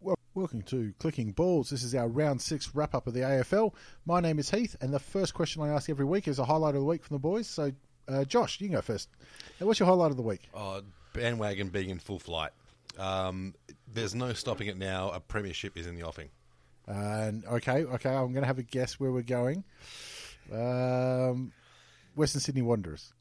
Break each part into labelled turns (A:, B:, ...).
A: Well, welcome to Clicking Balls. This is our round six wrap up of the AFL. My name is Heath, and the first question I ask every week is a highlight of the week from the boys. So, uh, Josh, you can go first. Now, what's your highlight of the week?
B: Oh, bandwagon being in full flight. Um, there's no stopping it now. A premiership is in the offing.
A: And okay, okay, I'm going to have a guess where we're going. Um, Western Sydney Wanderers.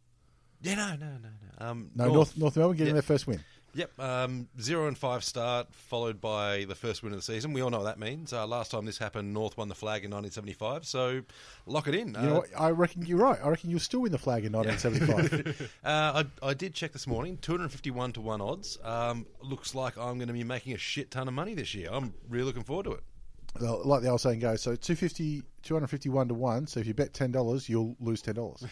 B: Yeah, no, no, no, no. Um,
A: No, North North, Melbourne getting
B: Yeah.
A: their first win.
B: Yep, um, zero and five start, followed by the first win of the season. We all know what that means. Uh, last time this happened, North won the flag in 1975. So lock it in.
A: You know
B: Uh,
A: what? I reckon you're right. I reckon you'll still win the flag in 1975.
B: Uh, I, I did check this morning, 251 to 1 odds. Um, looks like I'm going to be making a shit ton of money this year. I'm really looking forward to it.
A: Well, like the old saying goes, so 250, 251 to 1. So if you bet $10, you'll lose $10.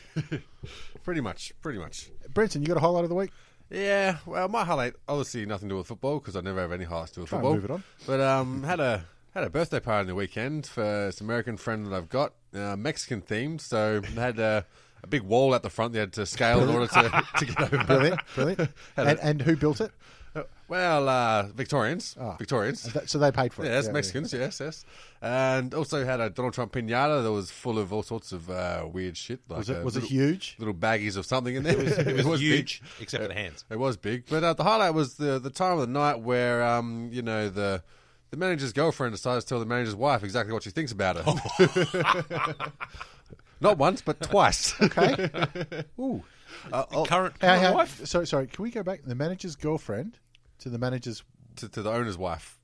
C: Pretty much, pretty much.
A: Brenton, you got a highlight of the week?
C: Yeah, well, my highlight obviously nothing to do with football because I never have any highlights to do with
A: Try and
C: football.
A: move it on.
C: But um, had a had a birthday party on the weekend for this American friend that I've got, uh, Mexican themed. So they had a, a big wall at the front. They had to scale in order to, to get over.
A: Brilliant, brilliant. and, and who built it?
C: Well, uh, Victorians, Victorians.
A: And Ah. that- so they paid for it.
C: Yeah, that's Mexicans. Yes, yes. And also had a Donald Trump pinata that was full of all sorts of uh, weird shit. Like
A: Was it,
C: uh,
A: was it
C: little-
A: huge?
C: Little baggies of something in there. It was,
B: It was
C: big.
B: huge, except for the hands.
C: It was big, but uh, the highlight was the the time of the night where um you know the the manager's girlfriend decides to tell the manager's wife exactly what she thinks about it. Not once, but twice.
A: Okay.
C: Oh.
B: Current,
A: How-
B: current
A: how-
B: wife?
A: Sorry, sorry. Can we go back? The manager's girlfriend to the manager's.
C: to, to the owner's wife.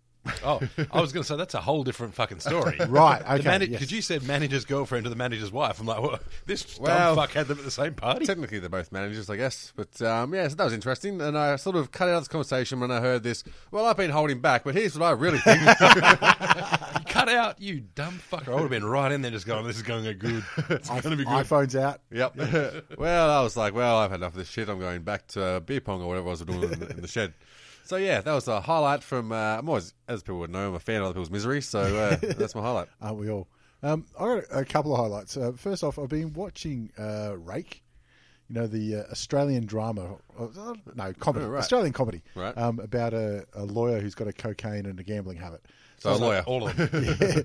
B: Oh, I was going to say that's a whole different fucking story.
A: Right. Okay.
B: The mana-
A: yes.
B: Because you said manager's girlfriend to the manager's wife. I'm like, well, this
C: Well-
B: dumb fuck had them at the same party.
C: Technically, they're both managers, I guess. But um, yeah, so that was interesting. And I sort of cut out this conversation when I heard this. Well, I've been holding back, but here's what I really think.
B: Cut out, you dumb fucker. I would have been right in there just going, this is going to go good. It's going to be good.
A: iPhone's out.
C: Yep. well, I was like, well, I've had enough of this shit. I'm going back to uh, beer pong or whatever I was doing in the, in the shed. So yeah, that was a highlight from. Uh, I'm always, as people would know, I'm a fan of other people's misery. So uh, that's my highlight.
A: Aren't we all? Um, I got a, a couple of highlights. Uh, first off, I've been watching uh, Rake. You know the uh, Australian drama, uh, no comedy,
C: Oh, right.
A: Australian comedy,
C: Right.
A: um, about a, a lawyer who's got a cocaine and a gambling habit.
C: So a lawyer.
B: All of them.
A: Yeah,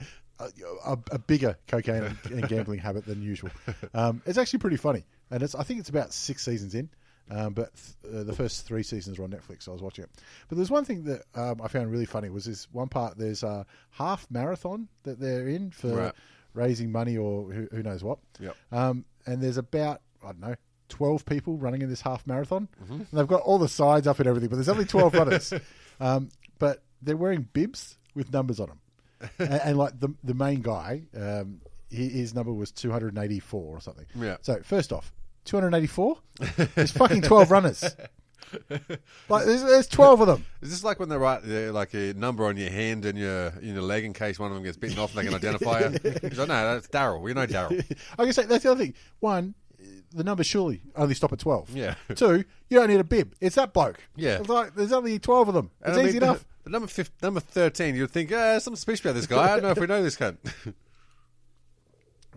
A: a, a, a bigger cocaine and, and gambling habit than usual. Um, it's actually pretty funny, and it's I think it's about six seasons in, um, but th- uh, the first three seasons are on Netflix. So I was watching it, but there's one thing that um, I found really funny was this one part. There's a half marathon that they're in for
C: Right.
A: raising money or who, who knows what.
C: Yep.
A: Um, and there's about I don't know. 12 people running in this half marathon. And they've got all the sides up and everything, but there's only 12 runners. Um, but they're wearing bibs with numbers on them and, and like the the main guy, um, hi- his number was 284 or something.
C: Yeah.
A: So first off, 284. There's fucking 12 runners. Like there's, there's 12 of them.
C: Is this like when they write uh, like a number on your hand and your in your leg in case one of them gets bitten off and they can identify you? He's like, no, that's Daryl. We know Daryl.
A: I can say that's the other thing. One, the numbers surely only stop at 12.
C: Yeah.
A: Two, you don't need a bib. It's that bloke.
C: Yeah.
A: It's like there's only 12 of them. It's
C: And I
A: easy
C: mean,
A: enough.
C: The, number fif- number thirteen, you'd think, uh, something suspicious about this guy. I don't know if we know this cunt.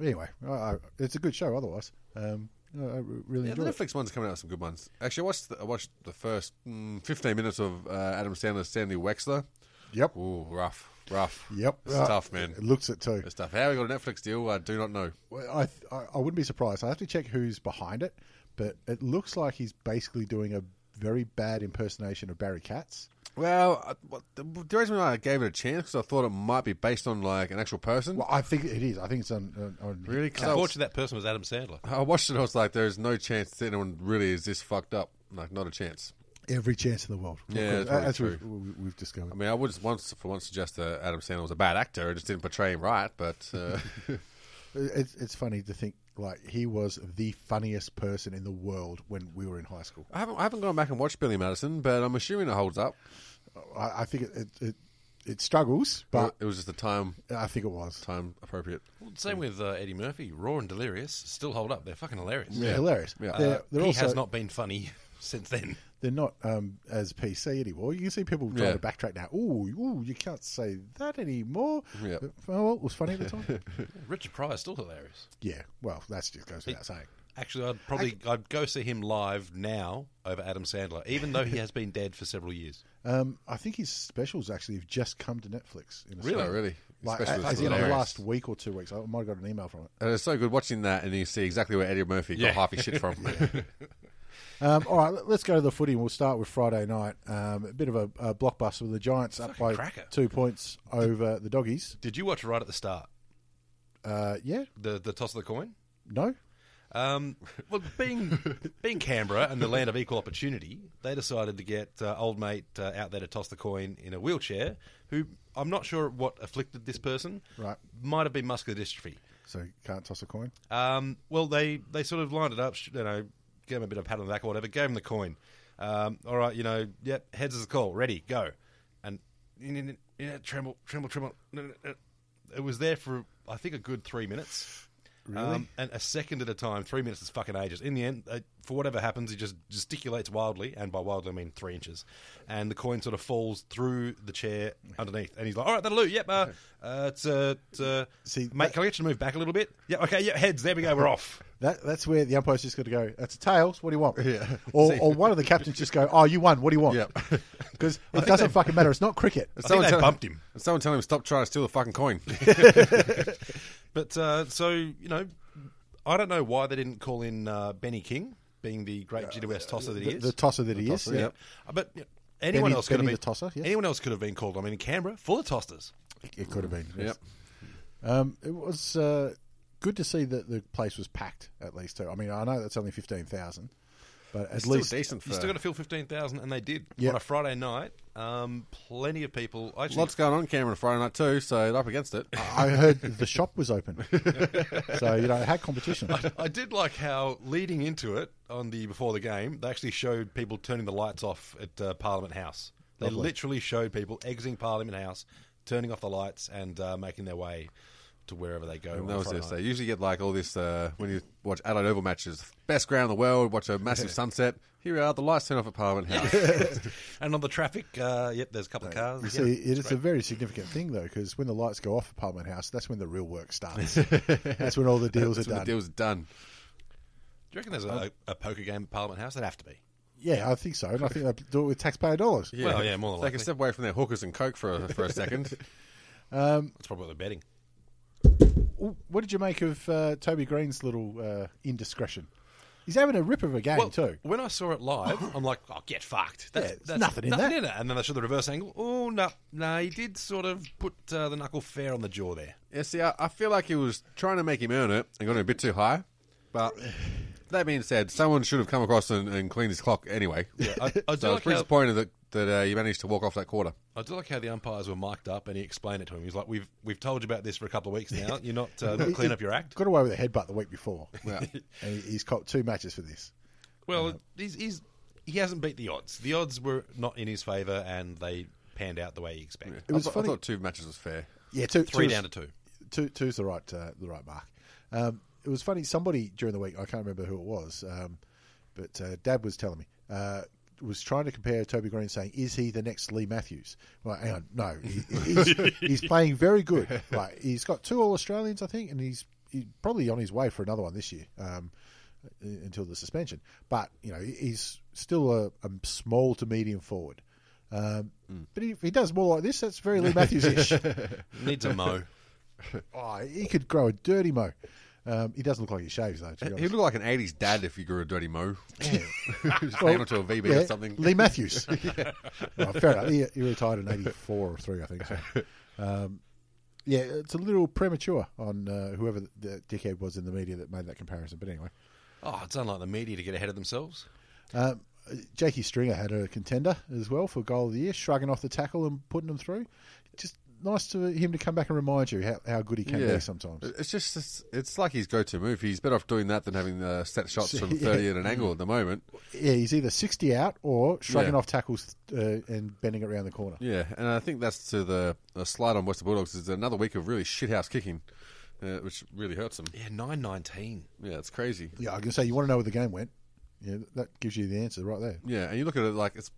A: Anyway, I, I, it's a good show. Otherwise, um, I I really
C: Yeah, the
A: enjoy it.
C: Netflix one's coming out with some good ones. Actually, I watched the, I watched the first mm, 15 minutes of uh, Adam Sandler's Stanley Wexler.
A: Yep.
C: Ooh, rough, rough.
A: Yep.
C: It's
A: Uh,
C: tough, man.
A: It looks it too.
C: It's tough. How he got a Netflix deal, I do not know.
A: Well, I, th- I I wouldn't be surprised. I have to check who's behind it, but it looks like he's basically doing a very bad impersonation of Barry Katz.
C: Well,
A: uh,
C: I- what- the the reason why I gave it a chance because I thought it might be based on like an actual person.
A: Well, I think it is. I think it's on. on, on
C: Really? 'Cause I was-
D: Unfortunately, that person was Adam Sandler.
C: I watched it. I was like, there is no chance that anyone really is this fucked up. Like, not a chance.
A: every chance in the world.
C: Yeah,
A: Because
C: that's
A: as
C: probably
A: we've, we- we've discovered.
C: I mean, I would just once for once suggest that Adam Sandler was a bad actor. I just didn't portray him right. But uh,
A: It's, it's funny to think like he was the funniest person in the world when we were in high school.
C: I haven't I haven't gone back and watched Billy Madison, but I'm assuming it holds up.
A: I, I think it it, it it struggles, but
C: it was just a time
A: I think it was
C: time appropriate.
D: Well, same with uh, Eddie Murphy. Raw and Delirious still hold up. They're fucking hilarious.
A: hilarious.
C: Yeah.
A: They're,
D: Uh,
A: they're
D: he
A: also
D: has not been funny since then.
A: they're not um, as PC anymore. You can see people trying
C: Yeah.
A: to backtrack now. Ooh, ooh, you can't say that anymore.
C: Yeah.
A: But, Oh, well, it was funny at the time.
D: Richard Pryor's still hilarious.
A: yeah. Well, that just goes without saying.
D: Actually, I'd probably I'd go see him live now over Adam Sandler, even though he has been dead for several years.
A: Um, I think his specials actually have just come to Netflix. In
C: Oh,
A: Australia.
C: really?
A: Like,
C: Especially
A: as
C: with
A: in the
C: hilarious.
A: last week or two weeks. I might have got an email from it.
C: And it's so good watching that, and you see exactly where Eddie Murphy
D: Yeah.
C: got half his shit from.
A: Um, all right, let- let's go to the footy, and we'll start with Friday night. Um, a bit of a, a blockbuster with the Giants up by
D: cracker.
A: two points over the Doggies.
D: Did you watch right at the start
A: Uh, yeah,
D: the the toss of the coin?
A: no,
D: Um, well, being being Canberra and the land of equal opportunity, they decided to get uh, old mate uh, out there to toss the coin in a wheelchair. Who I'm not sure what afflicted this person.
A: Right.
D: might have been muscular dystrophy.
A: so can't toss a coin.
D: Um, well, they, they sort of lined it up, sh- you know, gave him a bit of a pat on the back or whatever, gave him the coin. Um, all right, you know, yep, heads is the call, ready, go. And in- in- in- yeah, tremble, tremble, tremble. No, no, no. It was there for, I think, a good three minutes. Um, and a second at a time, three minutes is fucking ages. In the end, uh, for whatever happens, he just gesticulates wildly, and by wildly I mean three inches, and the coin sort of falls through the chair underneath. And he's like, "All right, that'll do. Yep, uh, uh, it's, uh, it's, uh,
A: See,
D: mate, can I get you to move back a little bit? Yeah, okay, yeah, heads. There we go, we're off.
A: That, that's where the umpire's just got to go. That's a tails. What do you want? Yeah. Or, or one of the captains just go, "Oh, you won. What do you want?"
C: Yep.
A: Because it doesn't fucking matter. It's not cricket.
D: I think they
C: tell-
D: bumped him.
C: Someone tell him stop trying to steal the fucking coin.
D: But uh, so, you know, I don't know why they didn't call in uh, Benny King, being the great GWS tosser that he
A: Uh, The,
D: is.
A: the tosser that he is.
C: tosser,
A: Yeah.
C: yep.
D: Uh, But you know, anyone
A: Benny-
D: else could
A: Benny
D: have
A: the
D: been
A: tosser, yes.
D: Anyone else could have been called. I mean, in Canberra, full of tosters.
A: It could have been. yes.
C: Yep.
A: Um, it was uh, good to see that the place was packed at least too. I mean, I know that's only fifteen thousand, but at
C: Still
A: least
C: decent for
D: You still got to fill fifteen thousand, and they did
A: Yeah.
D: on a Friday night. Um, plenty of people. I Actually,
C: lots going on camera Friday night too, so they're up against it.
D: Oh,
A: I heard the shop was open, so you know it had competition.
D: I did like how leading into it on the before the game, they actually showed people turning the lights off at uh, Parliament House. They literally showed people exiting Parliament House, turning off the lights, and uh, making their way to wherever they go. on
C: And that was
D: Friday
C: this.
D: night.
C: They usually get like all this uh, when you watch Adelaide Oval matches, best ground in the world, watch a massive sunset. Here we are, the lights turn off at Parliament House.
D: And on the traffic, uh, yep, there's a couple of cars.
A: You
D: yeah.
A: see, it is a very significant thing though, because when the lights go off at Parliament House, that's when the real work starts. that's when all the deals are
C: That's when
A: done.
C: the deal's done.
D: Do you reckon there's a, a poker game at Parliament House? That'd have to be.
A: Yeah, I think so, and I think they do it with taxpayer dollars.
D: Well, yeah, more than
C: They can
D: likely.
C: step away from their hookers and coke for a, for a second.
D: That's probably what they're betting.
A: Ooh, What did you make of uh, Toby Green's little uh, indiscretion? He's having a rip of a game too.
D: when I saw it live, I'm like, oh, get fucked. That's,
A: Yeah, there's
D: that's
A: nothing in that.
D: it. And then I saw the reverse angle. Oh, no. No, he did sort of put uh, the knuckle fair on the jaw there.
C: Yeah, see, I, I feel like he was trying to make him earn it and got him a bit too high. But that being said, someone should have come across and, and cleaned his clock anyway.
D: I, I do
C: so I was
D: like
C: pretty
D: how-
C: disappointed that, that uh, you managed to walk off that quarter.
D: I do like how the umpires were mic'd up, and he explained it to him. He's like, "We've we've told you about this for a couple of weeks now. You're not uh, not clean up your act."
A: Got away with a headbutt the week before. and he- he's caught two matches for this.
D: Well, he's, he's he hasn't beat the odds. The odds were not in his favour, and they panned out the way he expected.
A: It was
C: I, thought-
A: funny.
C: I thought two matches was fair.
A: yeah, two,
D: Three
A: two
D: down to two.
A: two two's the right uh, the right mark. Um, it was funny. Somebody during the week, I can't remember who it was, um, but uh, Dad was telling me uh, was trying to compare Toby Green, saying, "Is he the next Lee Matthews?" Well, hang on, no, he, he's, he's playing very good. Like he's got two All Australians, I think, and he's, he's probably on his way for another one this year. Um, u- until the suspension, but you know he- he's still a, a small to medium forward. Um, But if he does more like this, that's very Lee Matthews ish.
D: Needs a mo.
A: Oh, he could grow a dirty mo. Um, he doesn't look like he shaves though. To be
C: He'd
A: honest.
C: look like an 80s dad if you grew a dirty mo. Just
A: Well,
C: hang onto a VB
A: Yeah,
C: or something.
A: Lee Matthews. Well, fair enough. He, he retired in '84 or three, I think. So. Um, yeah, it's a little premature on uh, whoever the, the dickhead was in the media that made that comparison. But anyway,
D: Oh, it's unlike the media to get ahead of themselves.
A: um, Jakey Stringer had a contender as well for goal of the year, shrugging off the tackle and putting them through. Just nice to him to come back and remind you how, how good he can be sometimes.
C: It's just, it's, it's like his go to move. He's better off doing that than having the set shots from
A: Yeah.
C: 30 at an angle at the moment.
A: Yeah, he's either sixty out or shrugging
C: Yeah.
A: off tackles uh, and bending it around the corner.
C: Yeah, and I think that's to the, the slide on Western Bulldogs is another week of really shithouse kicking, uh, which really hurts them.
D: Yeah, nine nineteen.
C: Yeah, it's crazy.
A: Yeah, I can say you want to know where the game went. Yeah, that gives you the answer right there.
C: Yeah, and you look at it like it's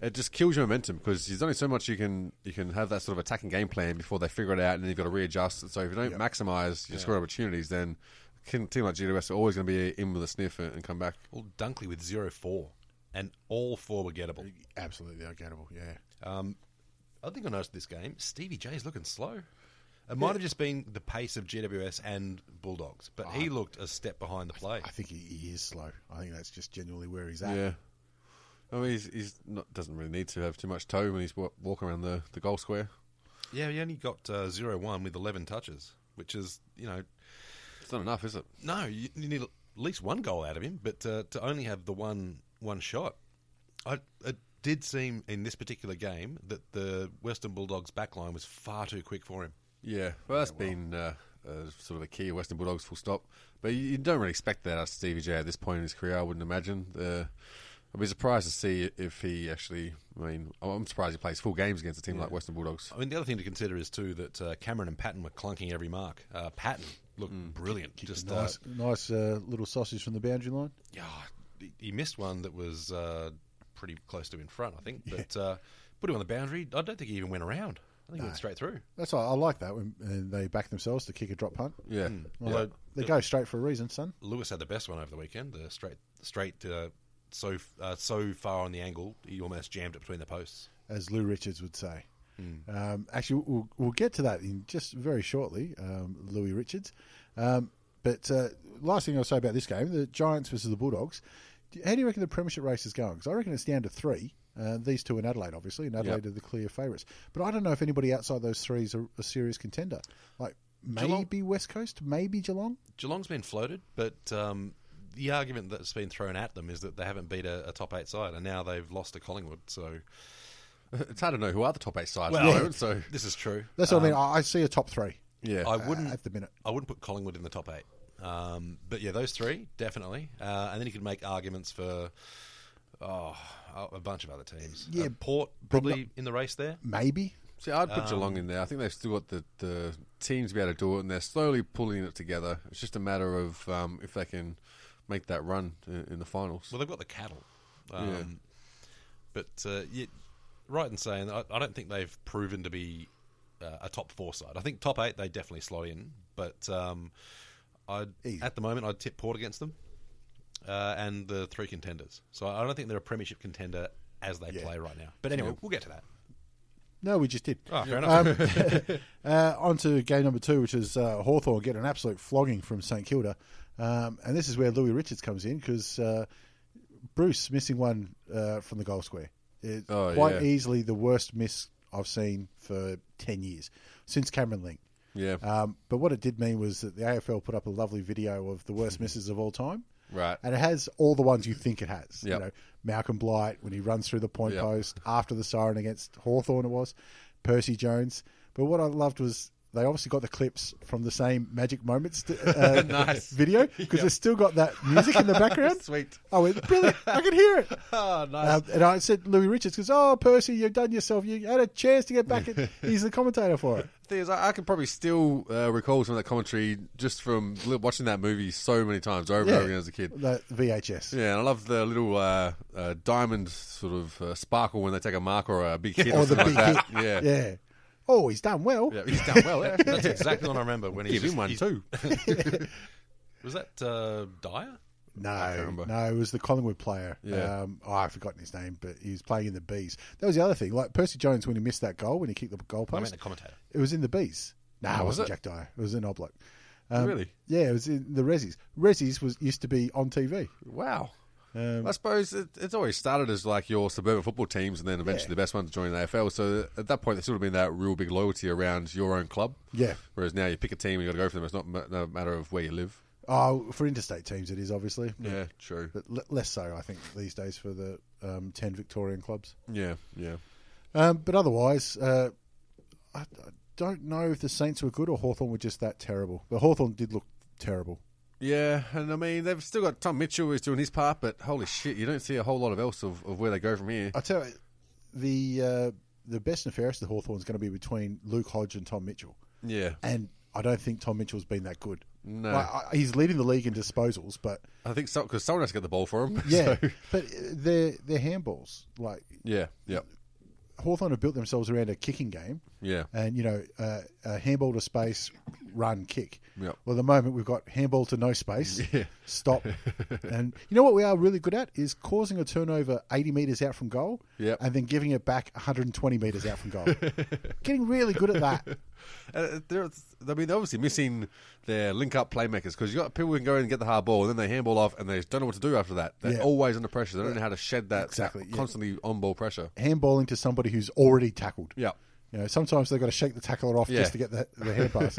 C: it just kills your momentum because there's only so much you can you can have that sort of attacking game plan before they figure it out, and then you've got to readjust. So if you don't maximise your scoring opportunities, then can, team like GWS are always going to be in with a sniff and, and come back.
D: Well, Dunkley with zero four, and all four were gettable.
A: Absolutely ungettable. Yeah.
D: Um, I think I noticed this game. Stevie J's looking slow. It might have just been the pace of GWS and Bulldogs, but he looked a step behind the play.
A: I think he, he is slow. I think that's just genuinely where he's at.
C: Yeah, I mean he's, he's not doesn't really need to have too much toe when he's wa- walking around the, the goal square.
D: Yeah, he only got uh, zero one with eleven touches, which is you know
C: It's not enough, is it?
D: No, you, you need at least one goal out of him, but uh, to only have the one one shot, I it did seem in this particular game that the Western Bulldogs backline was far too quick for him.
C: Yeah, well, that's been uh, uh, sort of a key of Western Bulldogs, full stop. But you, you don't really expect that out of Stevie J at this point in his career, I wouldn't imagine. Uh, I'd be surprised to see if he actually. I mean, I'm- I'm surprised he plays full games against a team like Western Bulldogs.
D: I mean, the other thing to consider is too that uh, Cameron and Patton were clunking every mark. Uh, Patton looked brilliant, just
A: Nice,
D: uh,
A: nice uh, little sausage from the boundary line.
D: yeah, he- he missed one that was uh, pretty close to in front, I think, but uh, put him on the boundary. I don't think he even went around. I think he went straight through.
A: That's why I like that when uh, they back themselves to kick a drop punt.
C: Yeah.
A: Although they go straight for a reason, son.
D: Lewis had the best one over the weekend. The straight, straight, uh, so uh, so far on the angle, he almost jammed it between the posts.
A: as Lou Richards would say.
D: Hmm.
A: Um, actually, we'll, we'll get to that in just very shortly, um, Louis Richards. Um, but uh, last thing I'll say about this game, the Giants versus the Bulldogs. Do- How do you reckon the Premiership race is going? Because I reckon it's down to three. Uh, these two in Adelaide, obviously, and Adelaide are the clear favourites. But I don't know if anybody outside those three is a, a serious contender. Like
D: Geelong-
A: maybe West Coast, maybe Geelong.
D: Geelong's been floated, but um, the argument that's been thrown at them is that they haven't beat a, a top eight side, and now they've lost to Collingwood. So
C: It's hard to know who are the top eight sides at
D: Well-
C: the moment, so.
D: this is true.
A: That's what I mean. I, I see a top three.
C: Yeah.
D: I Um, wouldn't
A: at the minute.
D: I wouldn't put Collingwood in the top eight. Um, but yeah, those three definitely, uh, and then you could make arguments for oh a a bunch of other teams.
A: Yeah,
D: Uh, Port probably in the race there.
A: Maybe
C: See, I'd put Geelong in there. I think they've still got the, the team to be able to do it, and they're slowly pulling it together. It's just a matter of um, if they can make that run in, in the finals.
D: Well, they've got the cattle. Um, But uh, you right in saying that I, I don't think they've proven to be uh, a top four side. I think top eight they definitely slot in, but um, I
A: Easy.
D: at the moment I'd tip Port against them uh, and the three contenders. So I don't think they're a premiership contender as they play right now. But anyway, we'll get to that.
A: No, we just did.
D: Oh, fair
C: Um,
D: enough.
A: uh, on to game number two, which is uh, Hawthorne get an absolute flogging from St Kilda. Um, and this is where Louis Richards comes in because uh, Bruce missing one uh, from the goal square. It's
C: Oh,
A: quite
C: yeah.
A: easily the worst miss I've seen for 10 years since Cameron Link.
C: Yeah.
A: Um, but what it did mean was that the AFL put up a lovely video of the
C: Hmm.
A: worst misses of all time.
C: Right.
A: And it has all the ones you think it has. You
C: Yep.
A: know, Malcolm Blight when he runs through the point
C: Yep.
A: post after the siren against Hawthorn it was, Percy Jones. But what I loved was they obviously got the clips from the same Magic Moments uh, video because they've still got that music in the background.
C: Sweet.
A: Oh, it's brilliant. I could hear it.
C: oh, nice.
A: Um, and I said, Louis Richards goes, Oh, Percy, you've done yourself. You had a chance to get back. In. He's the commentator for it.
C: thing is, I, I can probably still uh, recall some of that commentary just from li- watching that movie so many times over and over again as a kid.
A: The VHS.
C: Yeah, and I love the little uh, uh, diamond sort of uh, sparkle when they take a mark or a big hit or,
A: Or the big
C: something like that.
A: hit.
C: Yeah.
A: Yeah. Oh, he's done well.
C: Yeah, he's done well. Yeah.
D: That's exactly what I remember when he
C: Give
D: was
C: him one
D: he's-
C: too.
D: Was that uh, Dyer?
A: No,
C: remember.
A: no, it was the Collingwood player.
C: Yeah.
A: Um, oh, I've forgotten his name, but he was playing in the Bees. That was the other thing. Like Percy Jones, when he missed that goal, when he kicked the goal
D: I
A: post,
D: meant the commentator.
A: it was in the Bees. No, it
C: was
A: wasn't
C: it?
A: Jack Dyer. It was an Oblak. Um,
C: Really?
A: Yeah, it was in the Resis. Resis was used to be on TV.
C: Wow.
A: Um,
C: I suppose it, it's always started as like your suburban football teams, and then eventually the best one to join the AFL. So at that point, there's sort of been that real big loyalty around your own club.
A: Yeah.
C: Whereas now you pick a team, you got to go for them. It's not ma- no matter of where you live.
A: Oh, for interstate teams, it is obviously.
C: Yeah, true.
A: But l- less so, I think, these days for the um, 10 Victorian clubs.
C: Yeah, yeah.
A: Um, but otherwise, uh, I, I don't know if the Saints were good or Hawthorn were just that terrible. But Hawthorn did look terrible.
C: Yeah, and I mean they've still got Tom Mitchell who's doing his part, but holy shit, you don't see a whole lot of else of, of where they go from here.
A: I tell you, the uh, the best and fairest of Hawthorn is going to be between Luke Hodge and Tom Mitchell.
C: Yeah,
A: And I don't think Tom Mitchell's been that good.
C: No.
A: Like, I, he's leading the league in disposals, but
C: I think so because someone has to get the ball for him.
A: yeah,
C: So-
A: but uh, they're, they're handballs. Like
C: yeah, yeah,
A: Hawthorn have built themselves around a kicking game.
C: yeah.
A: and you know uh, uh, handball to space, run, kick.
C: Yep.
A: Well, at the moment we've got handball to no space,
C: Yeah.
A: stop, and you know what we are really good at is causing a turnover eighty meters out from goal,
C: Yep.
A: and then giving it back one hundred and twenty meters out from goal. Getting really good at that.
C: Uh, they're, I mean, they're obviously missing their link-up playmakers because you got people who can go in and get the hard ball, and then they handball off, and they don't know what to do after that. They're
A: Yeah.
C: always under pressure. They don't know how to shed that
A: Exactly,
C: that
A: yeah.
C: constantly on-ball pressure.
A: Handballing to somebody who's already tackled.
C: Yeah,
A: You know, sometimes they've got to shake the tackler off
C: Yeah.
A: just to get the, the hand pass.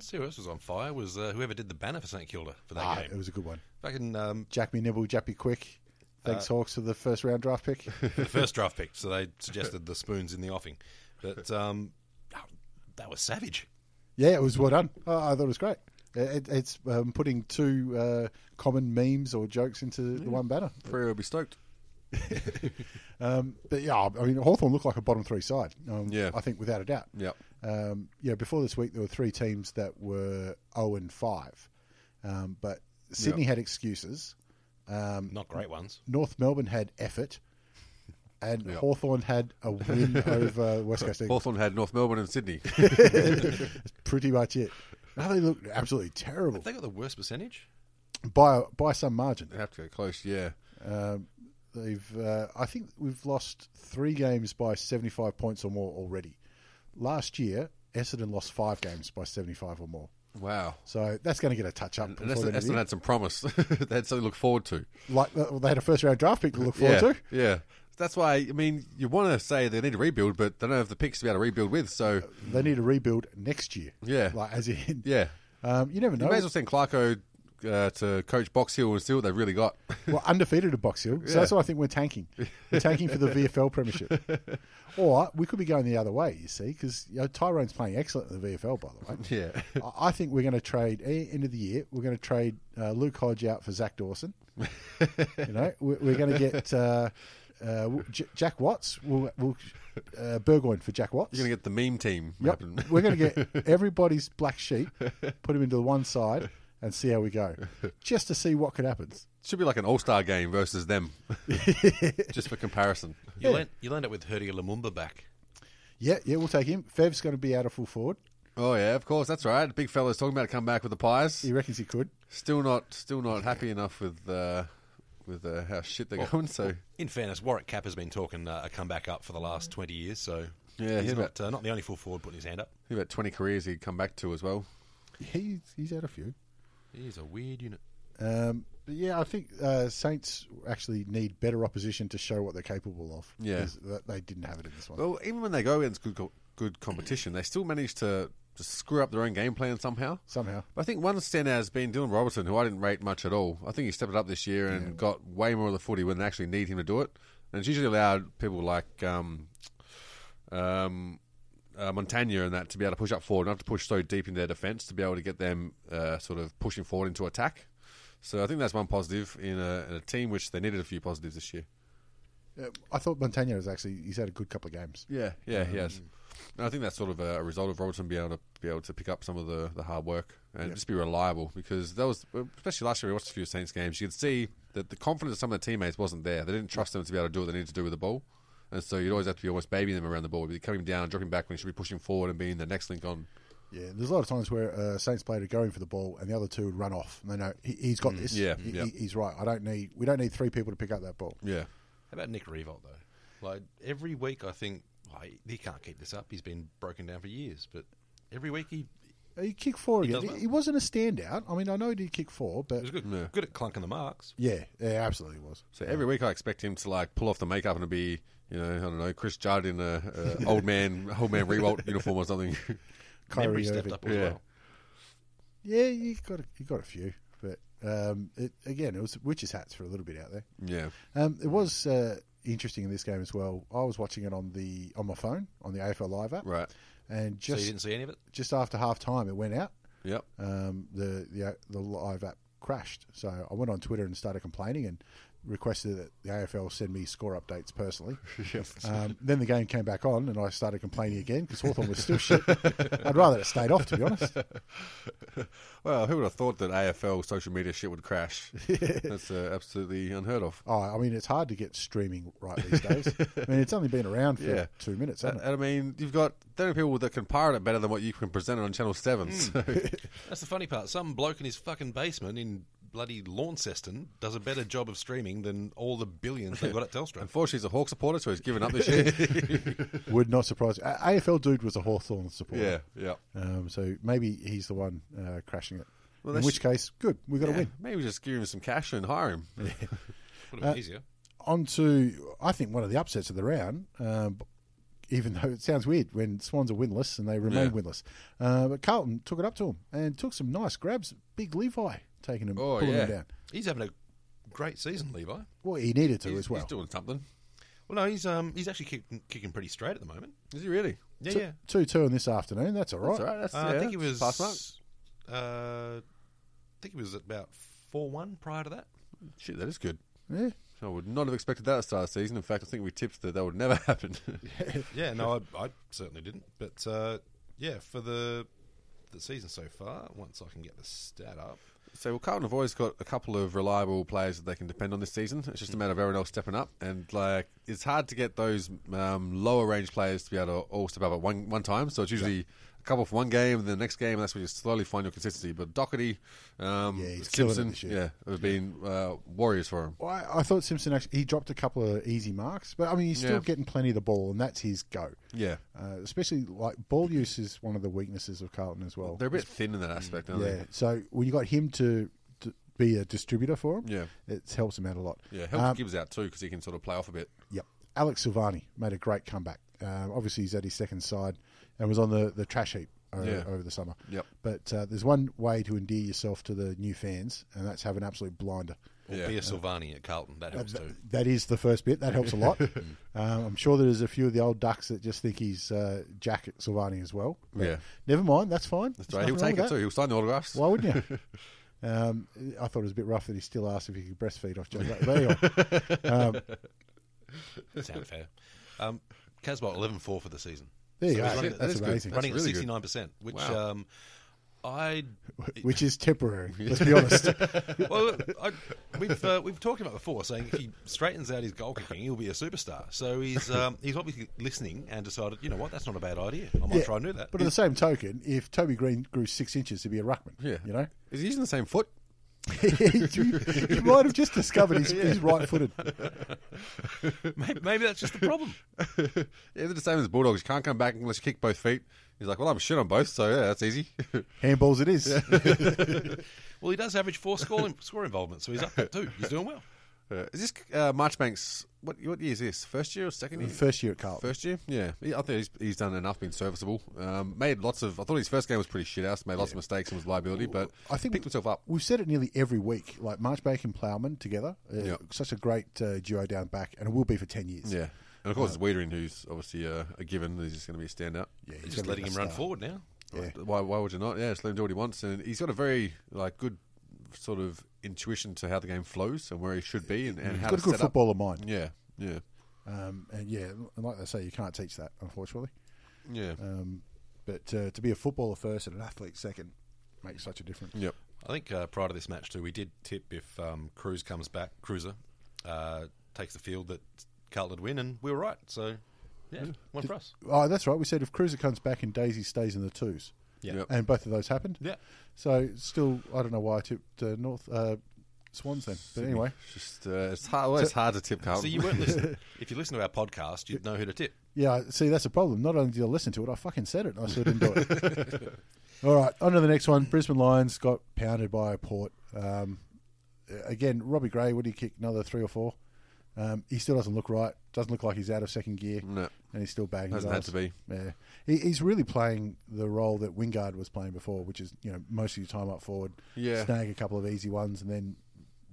B: See who else was on fire was uh, whoever did the banner for St Kilda for that
A: ah,
B: game.
A: it was a good one.
B: Fucking um,
A: Jack me nibble, Jappy quick.
C: Uh,
A: Thanks, Hawks, for the first round draft pick.
B: the first draft pick, so they suggested the spoons in the offing. But um, oh, that was savage.
A: Yeah, it was well done. I I thought it was great. It, it- it's um, putting two uh, common memes or jokes into the one banner.
C: Freo will be stoked.
A: Um, but yeah, I mean, Hawthorn looked like a bottom three side. Um,
C: Yeah.
A: I think without a doubt.
C: Yep.
A: Um, yeah, before this week, there were three teams that were 0 and 5. Um, but Sydney had excuses.
B: Not great ones.
A: North Melbourne had effort. And Hawthorn had a win over West Coast Eagles.
C: Hawthorn had North Melbourne and Sydney.
A: That's pretty much it. Now they look absolutely terrible
B: They got the worst percentage.
A: by by some margin.
C: they have to get close. Yeah,
A: They've, uh, I think we've lost three games by 75 points or more already. Last year, Essendon lost five games by 75 or more.
C: wow.
A: So that's going to get a touch up.
C: And
A: Before the
C: Essendon,
A: end of the
C: Essendon
A: year.
C: had some promise. they had something to look forward to.
A: Like uh, they had a first round draft pick to look forward
C: yeah,
A: to.
C: yeah. That's why I mean you want to say they need to rebuild, but they don't have the picks to be able to rebuild with. So
A: They need to rebuild next year.
C: Yeah.
A: like as in,
C: yeah,
A: um, you never know.
C: you may as well send Clarko uh, to coach Box Hill and see what they've really got.
A: Well, undefeated at Box Hill, so that's why I think we're tanking. We're tanking for the VFL Premiership, or we could be going the other way. You see, because you know, Tyrone's playing excellent in the VFL, by the way.
C: yeah.
A: I- I think we're going to trade eh, end of the year. We're going to trade uh, Luke Hodge out for Zach Dawson. you know, we're, we're going to get uh, uh, J- Jack Watts. We'll, we'll uh, Burgoyne for Jack Watts.
C: You're gonna get the meme team.
A: Yep.
C: happen.
A: we're going to get everybody's black sheep. Put him into the one side and see how we go, just to see what could happen.
C: Should be like an all star game versus them, just for comparison.
B: You'll, end, you'll end up with Herdia Lumumba back.
A: Yeah, yeah, we'll take him. Fev's going to be out of full forward.
C: Oh yeah, of course, that's right. Big fella's talking about come back with the pies.
A: He reckons he could.
C: Still not, still not happy enough with uh, with uh, how shit they're going. So
B: In fairness, Warwick Cap has been talking uh, a comeback up for the last 20 years, so
C: Yeah,
B: he's
C: hear
B: not, uh, not the only full forward putting his hand up.
C: I think about twenty careers he'd come back to as well.
A: He's he's out a few.
B: He's a weird unit.
A: Um, but yeah, I think uh, Saints actually need better opposition to show what they're capable of.
C: Yeah.
A: 'Cause that- they didn't have it in this one.
C: Well, even when they go against good co- good competition, they still manage to, to screw up their own game plan somehow.
A: Somehow,
C: But I think one standout has been Dylan Robertson, who I didn't rate much at all. I think he stepped it up this year and got way more of the footy when they actually need him to do it. And it's usually allowed people like um, um, uh, Montagna and that to be able to push up forward, not to push so deep in their defence to be able to get them uh, sort of pushing forward into attack. So I think that's one positive in a, in a team which they needed a few positives this year.
A: Uh, I thought Montagna was actually he's had a good couple of games.
C: Yeah, yeah, mm. he has. And I think that's sort of a, a result of Robertson being able to be able to pick up some of the, the hard work and just be reliable because that was especially last year we watched a few Saints games. You could see that the confidence of some of the teammates wasn't there. They didn't trust them to be able to do what they needed to do with the ball, and so you'd always have to be almost babying them around the ball, be cutting him down, and dropping back when he should be pushing forward and being the next link on.
A: Yeah, there's a lot of times where uh, Saints player are going for the ball and the other two would run off, and they know he, he's got this.
C: yeah,
A: He-
C: yeah.
A: he- he's right. I don't need we don't need three people to pick up that ball.
C: Yeah,
B: How about Nick Revolt, though? Like, every week I think, like, he can't keep this up. He's been broken down for years, but every week he
A: Uh, He kicked four again.
D: does
A: He,
D: well.
A: he wasn't a standout. I mean, I know he did kick four, but
D: He was good. Good at clunking the marks.
A: yeah, yeah, absolutely was.
C: So every week I expect him to like pull off the makeup and it'll be, you know, I don't know, Chris Judd in a, a old man, old man Rewalt uniform or something.
D: Memory
A: Kyrie
D: stepped
A: Irving.
D: up as
C: Yeah.
D: well.
A: Yeah, you got a, you got a few, but um, it, again, it was witches hats for a little bit out there.
C: yeah.
A: Um, it was uh, interesting in this game as well. I was watching it on the on my phone on the AFL Live app,
C: Right.
A: and
D: So
A: just
D: you didn't see any of it?
A: just after half time, it went out.
C: Yep.
A: um, the, the the live app crashed. So I went on Twitter and started complaining and requested that the AFL send me score updates personally. um, then the game came back on and I started complaining again because Hawthorn was still shit. I'd rather it stayed off, to be honest.
C: Well, who would have thought that AFL social media shit would crash? That's uh, absolutely unheard of.
D: Uh,
A: Oh, I mean, it's hard to get streaming right these days. I mean, it's only been around for
C: Yeah. Uh,
A: two minutes,
C: And
A: hasn't it?
C: and I mean, you've got there are people that can pirate it better than what you can present it on Channel
D: Hmm.
C: Seven. so-
D: That's the funny part. Some bloke in his fucking basement in bloody Launceston does a better job of streaming than all the billions they've got at Telstra.
C: unfortunately, he's a Hawk supporter, so he's given up this year.
A: Would not surprise. A- AFL dude was a Hawthorn supporter.
C: yeah. Yeah.
A: Um, so maybe he's the one uh, crashing it. In
C: Well, that's-
A: which case, good, we've got to
C: Yeah,
A: win.
C: Maybe just give him some cash and hire him.
D: Would have been easier.
A: on to I think one of the upsets of the round. Um, even though it sounds weird when Swans are winless and they remain
C: Yeah.
A: winless, uh, but Carlton took it up to him and took some nice grabs. Big Levi taking him,
C: Oh,
A: pulling
C: yeah.
A: him down.
D: He's having a great season, Levi.
A: Well, he needed to
C: He's,
A: as well.
C: he's doing something.
D: Well, no, he's um he's actually kicking, kicking pretty straight at the moment.
C: Is he really?
D: Yeah,
A: Two-
D: yeah.
A: two two in this afternoon. That's all right.
C: That's all right. That's,
D: Uh, I
C: yeah,
D: think he was.
C: that's past mark.
D: Uh, I think he was at about four one prior to that.
C: Shit, that is good.
A: Yeah.
C: I would not have expected that at the start of the season. In fact, I think we tipped that that would never happen.
D: Yeah, no, I, I certainly didn't. But uh, yeah, for the the season so far, once I can get the stat up,
C: so, well, Carlton have always got a couple of reliable players that they can depend on this season. It's just a matter of everyone else stepping up, and like it's hard to get those um, lower range players to be able to all step up at one one time. So it's usually a couple for one game, and the next game, and that's where you slowly find your consistency. But Doherty, um,
A: Yeah, he's killing it
C: Simpson,
A: this year.
C: yeah, have been uh, warriors for him.
A: Well, I, I thought Simpson actually he dropped a couple of easy marks, but I mean he's still
C: Yeah.
A: getting plenty of the ball, and that's his go.
C: Yeah,
A: Uh, especially like ball use is one of the weaknesses of Carlton as well.
C: they're a bit thin in that aspect, aren't
A: Yeah. So when you got him to, to be a distributor for him,
C: Yeah.
A: it helps him out a lot.
C: they? Yeah, helps
A: Um,
C: Gibbs out too because he can sort of play off a bit.
A: Yep. Alex Silvani made a great comeback. Um, obviously, he's at his second side and was on the, the trash heap o-
C: Yeah.
A: over the summer.
C: Yep.
A: But uh, there's one way to endear yourself to the new fans, and that's have an absolute blinder.
D: or
C: Yeah.
D: Pia Silvani at Carlton, that helps too.
A: That is the first bit. That helps a lot. um, I'm sure there's a few of the old ducks that just think he's uh, Jack Silvani as well. But
C: Yeah.
A: Never mind. That's fine.
C: That's right. He'll take it too. He'll sign the autographs.
A: Why wouldn't you? um, I thought it was a bit rough that he still asked if he could breastfeed off Joe. But anyway,
D: Sound fair. Um, Casbolt 11-4 for the season.
A: there you
D: he's
A: go.
D: running-
A: That's,
C: that is good.
A: amazing.
D: running
C: really
D: at
C: good.
D: 69%, which
C: Wow.
D: um, I...
A: Which is temporary. Let's be honest.
D: Well, I, we've uh, we've talked about it before, saying if he straightens out his goal kicking, he'll be a superstar. So he's um, he's obviously listening and decided, you know what, that's not a bad idea. I might
A: Yeah.
D: try and do that.
A: But uh, at the same token, if Toby Green grew six inches to be a ruckman,
C: Yeah.
A: you know,
C: Is he using the same foot?
A: you, you might have just discovered he's, he's right-footed.
D: maybe, maybe that's just the problem.
C: yeah, they're the same as Bulldogs. You can't come back unless you kick both feet. He's like, well, I'm shit on both, so yeah, that's easy.
A: Handballs, it is.
D: Well, he does average four score, score involvement, so he's up there too. He's doing well.
C: Uh, is this uh, Marchbanks? What what year is this? First year or second year?
A: First year at Carlton.
C: First year, yeah. He- I think he's, he's done enough, been serviceable. Um, made lots of. I thought his first game was pretty shit house. Made lots of mistakes and was liability, but
A: I think
C: picked himself up.
A: We've said it nearly every week. Like Marchbank and Plowman together, uh,
C: Yeah.
A: such a great uh, duo down back, and it will be for ten years.
C: Yeah, and of course it's Wiedering who's obviously uh, a given. He's just going to be a standout.
A: Uh, yeah he's gonna
D: He's just
A: be
D: letting
A: a
D: him run
A: star.
D: forward now.
A: Yeah.
C: Why, why would you not? Yeah, just let him do what he wants, and he's got a very like good sort of intuition to how the game flows and where he should be, and, and how
A: Mm. He's got a
C: to
A: good
C: set up.
A: footballer mind.
C: Yeah, yeah,
A: Um, and yeah, and like they say, you can't teach that, unfortunately.
C: yeah.
A: Um, but uh, to be a footballer first and an athlete second makes such a difference.
C: Yep.
D: I think uh, prior to this match too, we did tip if um, Cruz comes back, Cruiser uh, takes the field that Carlton would win, and we were right. So, yeah, one for us.
A: Oh, that's right. We said if Cruiser comes back and Daisy stays in the twos,
D: Yeah.
C: Yep.
A: and both of those happened.
D: Yeah.
A: So still, I don't know why I tipped uh, North uh, Swans then. But anyway,
C: Just uh, it's hard, always hard to tip Carlton.
D: So you weren't listening. if you listen to our podcast, you'd know who to tip.
A: yeah. See, that's a problem. Not only did I listen to it, I fucking said it. and I still didn't do it. All right, on to the next one. Brisbane Lions got pounded by Port. Um, again, Robbie Gray, what did he kick? Another three or four? Um, he still doesn't look right. Doesn't look like he's out of second gear.
C: No.
A: And he's still bagging
C: Hasn't had
A: his
C: to
A: arse.
C: be.
A: Yeah. He, he's really playing the role that Wingard was playing before, which is, you know, most of your time up forward.
C: Yeah.
A: Snag a couple of easy ones and then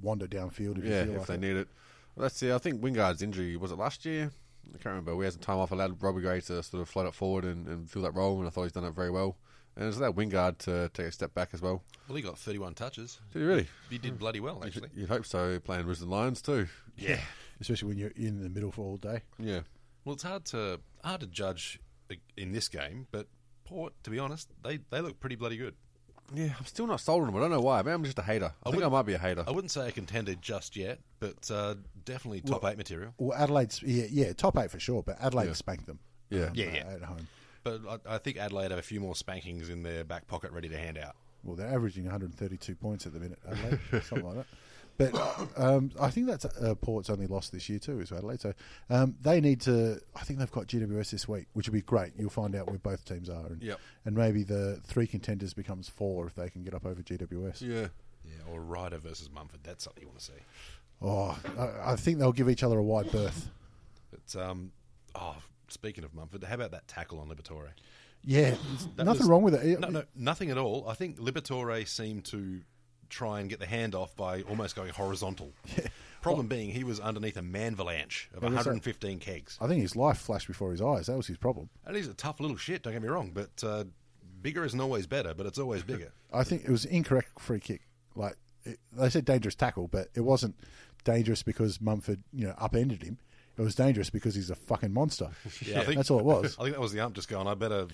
A: wander downfield if
C: Yeah,
A: you feel
C: if
A: like
C: they
A: it.
C: need it. Well, that's the. I think Wingard's injury was it last year. I can't remember. We had some time off, allowed Robbie Gray to sort of float up forward and, and fill that role, and I thought he's done that very well. And it's allowed Wingard to take a step back as well.
D: Well, he got 31 touches.
C: Did he really?
D: He did bloody well, actually.
C: You'd hope so. Playing Brisbane Lions too.
D: Yeah.
A: Especially when you're in the middle for all day.
C: Yeah,
D: Well, it's hard to hard to judge in this game, but Port, to be honest, they, they look pretty bloody good.
C: yeah. I'm still not sold on him. I don't know why. Maybe I'm just a hater. I, think I might be a hater.
D: I wouldn't say a contender just yet, but uh, definitely top eight material.
A: Well, Adelaide's, yeah, yeah, top eight for sure, but Adelaide spanked them.
C: Yeah.
A: um,
D: Yeah,
A: uh,
D: yeah.
A: At home.
D: But I, I think Adelaide have a few more spankings in their back pocket ready to hand out.
A: Well, they're averaging 132 points at the minute, Adelaide, something like that. But um, I think that's uh, Port's only loss this year too, is Adelaide. So um, they need to. I think they've got GWS this week, which will be great. You'll find out where both teams are, and
C: Yep.
A: and maybe the three contenders becomes four if they can get up over GWS.
C: yeah,
D: Yeah, or Ryder versus Mumford. That's something you want to see.
A: Oh, I, I think they'll give each other a wide berth.
D: But um, oh, speaking of Mumford, how about that tackle on Liberatore?
A: Yeah, there's
D: That
A: nothing
D: was-
A: wrong with it.
D: No, no, nothing at all. I think Liberatore seemed to try and get the hand off by almost going horizontal. Problem being, he was underneath a manvalanche of
A: was that-
D: 115 kegs.
A: I think his life flashed before his eyes. That was his problem.
D: And he's a tough little shit, don't get me wrong, but uh, bigger isn't always better, but it's always bigger.
A: I think it was incorrect free kick. Like it, they said, dangerous tackle, but it wasn't dangerous because Mumford, you know, upended him. It was dangerous because he's a fucking monster.
D: Yeah, I think-
A: that's all it was.
D: I think that was the ump just going, I better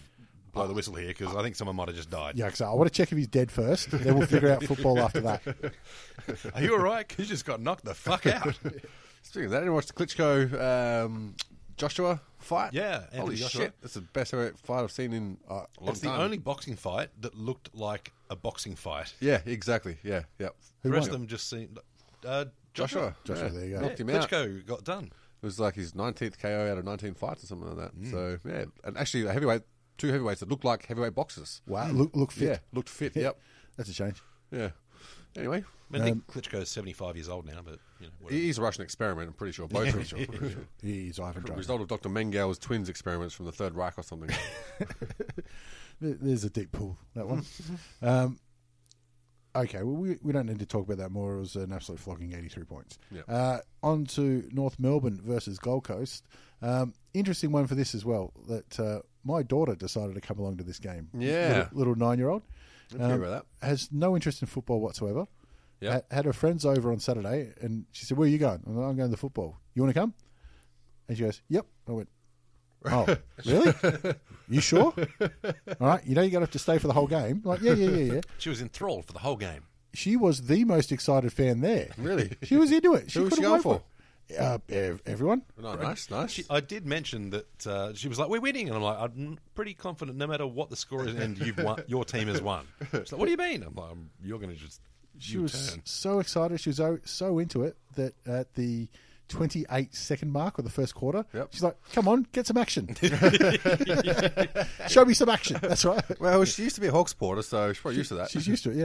D: blow the whistle here because I think someone might have just died.
A: Yeah, so I want to check if he's dead first. Then we'll figure out football after that.
D: Are you all right? 'Cause you just got knocked the fuck out.
C: Speaking of that, anyone watch the Klitschko um, Joshua fight?
D: Yeah, Anthony
C: holy
D: Joshua.
C: shit! That's the best fight I've seen in. Uh,
D: it's the only boxing fight that looked like a boxing fight.
C: Yeah, exactly. Yeah, yeah.
D: The rest
A: won?
D: of them just seemed. Uh,
C: Joshua,
D: Joshua.
A: Joshua, there you go.
C: Knocked him out.
D: Klitschko got done.
C: It was like his 19th KO out of 19 fights or something like that.
D: Mm.
C: So, yeah. And actually, a heavyweight, two heavyweights that looked like heavyweight boxers.
A: Wow, look, look fit.
C: Yeah, looked fit. Yep.
A: That's a change.
C: Yeah. Anyway,
D: I, mean, I think Klitschko's 75 years old now, but you know, whatever.
C: he's a Russian experiment, I'm pretty sure. Both of them.
A: He's Ivan Drago.
C: Result of Dr. Mengel's twins experiments from the Third Reich or something.
A: There- There's a deep pool that one. um, okay, well we, we don't need to talk about that more. It was an absolute flogging, 83 points.
C: Yep.
A: Uh, on to North Melbourne versus Gold Coast. Um, interesting one for this as well. That uh, my daughter decided to come along to this game.
C: Yeah.
A: little, little nine-year-old
C: Sorry about
A: has no interest in football whatsoever.
C: Yep.
A: Ha- had her friends over on Saturday, and she said, "Where are you going?" I'm, like, I'm going to the football. You want to come? And she goes, "Yep." I went, "Oh, really? you sure? All right. You know, you're going to have to stay for the whole game." Like, yeah, yeah, yeah, yeah.
D: she was enthralled for the whole game.
A: She was the most excited fan there.
C: Really?
A: She was into it. She
C: Who was
A: couldn't
C: she going
A: wait it. Uh, ev- everyone.
C: that. No, nice, nice.
D: She, I did mention that uh, she was like, "We're winning," and I'm like, "I'm pretty confident, no matter what the score is, and you've won, your team has won." She's like, "What do you mean?" I'm like, "Um, "You're going to just
A: She
D: you
A: was
D: turn."
A: so excited. She was so, so into it that at the 28 second mark of the first quarter,
C: Yep.
A: she's like, "Come on, get some action. Show me some action." That's right.
C: well, she used to be a Hawk supporter, so she's probably used to that.
A: She's used to it,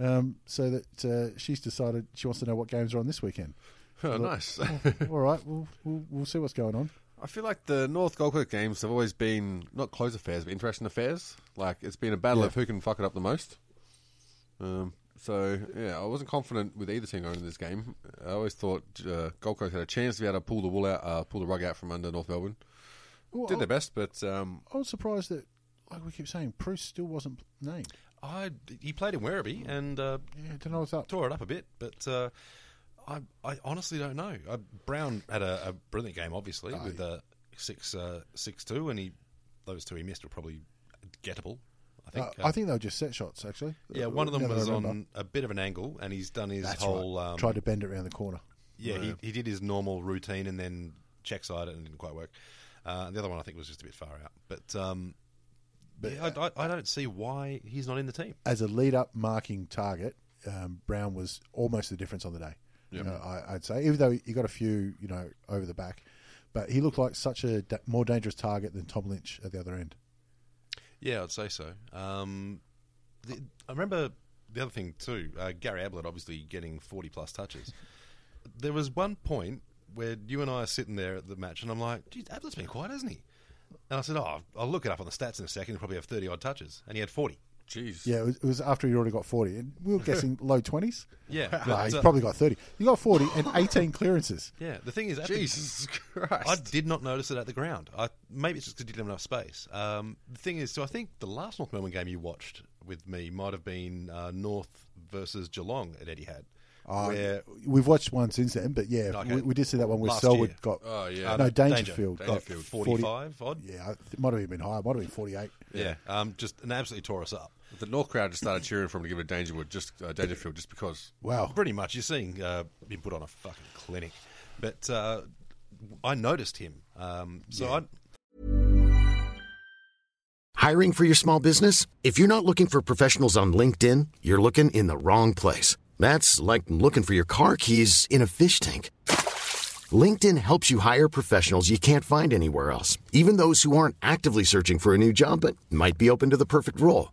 A: yeah. Um, so that uh, she's decided she wants to know what games are on this weekend.
C: Oh, nice.
A: All right, we'll, we'll we'll see what's going on.
C: I feel like the North Gold Coast games have always been not close affairs, but interesting affairs. Like it's been a battle of who can fuck it up the most. Um, so yeah, I wasn't confident with either team going into this game. I always thought uh, Gold Coast had a chance to be able to pull the wool out, uh, pull the rug out from under North Melbourne. Did their best, but um,
A: I was surprised that, like we keep saying, Bruce still wasn't named.
D: I he played in Werribee and uh,
A: Yeah, don't know what's up.
D: tore it up a bit, but uh, I I honestly don't know. I, Brown had a, a brilliant game, obviously,
A: Oh,
D: with uh, six uh, six two, and he those two he missed were probably gettable. I
A: Uh,
D: think.
A: I think they were just set shots, actually.
D: yeah, one of them
A: Now that I
D: was
A: remember.
D: on a bit of an angle, and he's done his
A: That's
D: whole
A: right.
D: um,
A: Tried to bend it around the corner.
D: Yeah, he, he did his normal routine and then check side it and it didn't quite work. Uh, the other one I think was just a bit far out. But, um, yeah, I, I, I don't see why he's not in the team.
A: as a lead up marking target, um, Brown was almost the difference on the day. You know, I, I'd say, even though he got a few, you know, over the back, but he looked like such a da- more dangerous target than Tom Lynch at the other end.
D: Yeah, I'd say so. Um, the, I remember the other thing too. Uh, Gary Ablett obviously getting forty plus touches. there was one point where you and I are sitting there at the match, and I'm like, "Geez, Ablett's been quiet, hasn't he?" And I said, "Oh, I'll look it up on the stats in a second. He'll probably have thirty odd touches, and he had forty.
C: Jeez.
A: Yeah, it was, it was after he'd already got 40. And we were guessing low 20s.
D: Yeah,
A: Nah,
D: but,
A: he's
D: uh,
A: probably got 30. He got 40 and 18 clearances.
D: Yeah, the thing is, at the-
C: Jesus
D: I
C: Christ.
D: did not notice it at the ground. I maybe it's just because you didn't have enough space. Um, the thing is, so I think the last North Melbourne game you watched with me might have been uh, North versus Geelong at Etihad.
C: Oh,
A: Uh,
D: where
A: We've watched one since then, but yeah,
D: Okay.
A: we, we did see that one where
D: Last
A: Selwood
D: year.
A: got.
C: Oh, yeah.
D: uh,
A: no,
D: Danger
A: Dangerfield got
D: Dangerfield, 45 odd.
A: Yeah, it might have even been higher. Might have been 48.
D: Yeah, um, just and absolutely tore us up.
C: the North crowd just started cheering for him to give it to Dangerwood, just uh, Dangerfield, just because.
A: Wow.
D: Pretty much, you're seeing uh, him put on a fucking clinic. But uh, I noticed him, um, so I
E: Hiring for your small business? If you're not looking for professionals on LinkedIn, you're looking in the wrong place. That's like looking for your car keys in a fish tank. LinkedIn helps you hire professionals you can't find anywhere else, even those who aren't actively searching for a new job but might be open to the perfect role.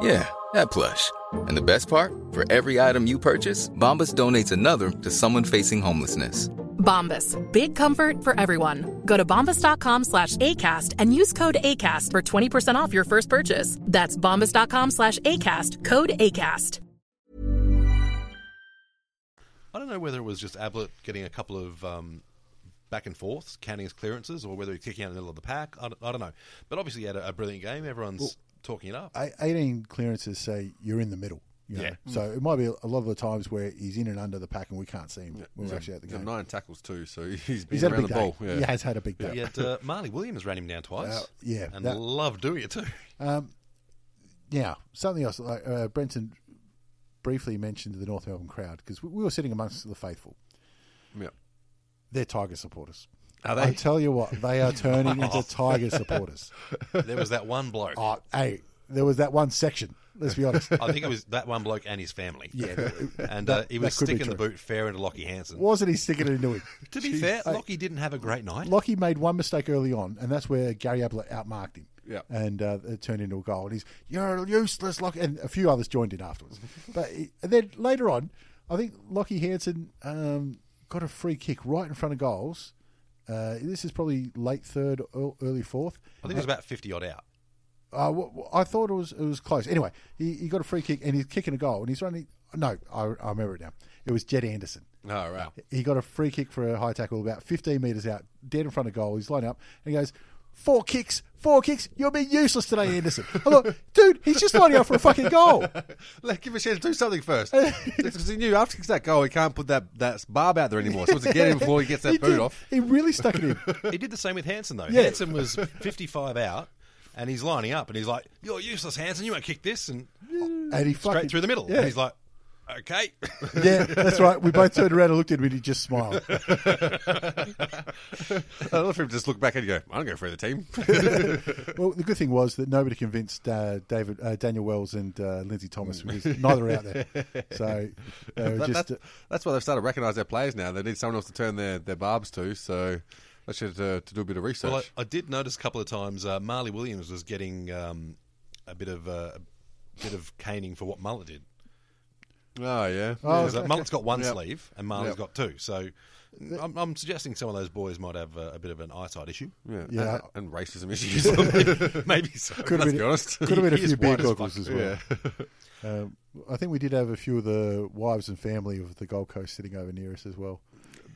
F: Yeah, that plush. And the best part? For every item you purchase, Bombas donates another to someone facing homelessness.
G: Bombas. Big comfort for everyone. Go to bombas.com slash ACAST and use code ACAST for 20% off your first purchase. That's bombas.com slash ACAST, code ACAST.
D: I don't know whether it was just Ablett getting a couple of um, back and forths, counting his clearances, or whether he's kicking out in the middle of the pack. I don't, I don't know. But obviously, he had a, a brilliant game. Everyone's talking it up.
A: I- 18 clearances say you're in the middle. You know?
D: Yeah.
A: So it might be a lot of the times where he's in and under the pack and we can't see him. when We're actually at the
C: He's got
A: game.
C: nine tackles, too, so he's been
A: He's had a
C: around
A: big
C: the
A: day.
C: ball. Yeah.
A: He has had a big day.
D: Yet uh, Marley Williams ran him down twice.
A: Uh, yeah,
D: and
A: that-
D: loved doing it too.
A: Now, Um, something else. Like uh, Brenton briefly mentioned the North Melbourne crowd because we, we were sitting amongst the faithful.
C: Yeah.
A: They're Tiger supporters.
C: Are they? Oh.
A: I tell you what, they are turning into Tiger supporters.
D: There was that one bloke.
A: Oh, hey, there was that one section. Let's be honest.
D: I think it was that one bloke and his family.
A: Yeah,
D: and uh,
A: that-
D: he
A: that
D: was
A: could be
D: sticking the
A: true.
D: boot fair into Lockie Hansen.
A: Wasn't he sticking it into him?
D: To be fair, Lockie didn't have a great night.
A: Lockie made one mistake early on, and that's where Gary Ablett outmarked him.
C: Yeah.
A: And uh, it turned into a goal. And he's, you're useless, Lockie. And a few others joined in afterwards. but he- and then later on, I think Lockie Hansen um, got a free kick right in front of goals. Uh, this is probably late third, ear- early fourth.
D: I think it was about fifty odd out.
A: Uh, wh- wh- I thought it was it was close. Anyway, he, he got a free kick and he's kicking a goal and he's running. No, I, I remember it now. It was Jed Anderson.
C: All right.
A: He got a free kick for a high tackle about 15 metres out, dead in front of goal. He's lining up and he goes, Four kicks, four kicks. You'll be useless today, Anderson. I thought, dude, he's just lining up for a fucking goal.
C: Let give him a chance to do something first. Because he knew after he gets that goal, he can't put that, that barb out there anymore. So it's to get him before he gets that
A: he
C: boot
A: did.
C: off.
A: He really stuck it in.
D: He did the same with Hansen though.
A: Yeah.
D: Hansen was fifty-five out, and he's lining up, and he's like, "You're useless, Hansen. You won't kick this." And
A: And he
D: straight
A: fucking,
D: through the middle.
A: Yeah.
D: And he's like, okay.
A: yeah, that's right. We both turned around and looked at him and he just smiled.
C: I love for him to just look back and go, I don't go for the team.
A: Well, the good thing was that nobody convinced uh, David, uh, Daniel Wells, and uh, Lindsay Thomas because neither are out there. So they were
C: That-
A: just. uh,
C: that's, that's why they've started to recognise their players now. They need someone else to turn their, their barbs to, so they should uh, to do a bit of research.
D: well, I, I did notice a couple of times uh, Marley Williams was getting um, a bit of uh, a bit of caning for what Mullet did.
C: oh, yeah.
A: Oh,
D: Because, uh,
A: okay.
D: Mullet's got one
C: Yep.
D: sleeve and Marley's
C: Yep.
D: got two. So I'm, I'm suggesting some of those boys might have uh, a bit of an eyesight issue.
C: yeah.
A: Yeah.
C: And, and racism issues. Maybe so.
A: Could have
C: Let's
A: been-
C: be honest.
A: could have been a
D: He is
A: few beer
D: white as
A: goggles
D: fuck.
A: as well. Um, I think we did have a few of the wives and family of the Gold Coast sitting over near us as well.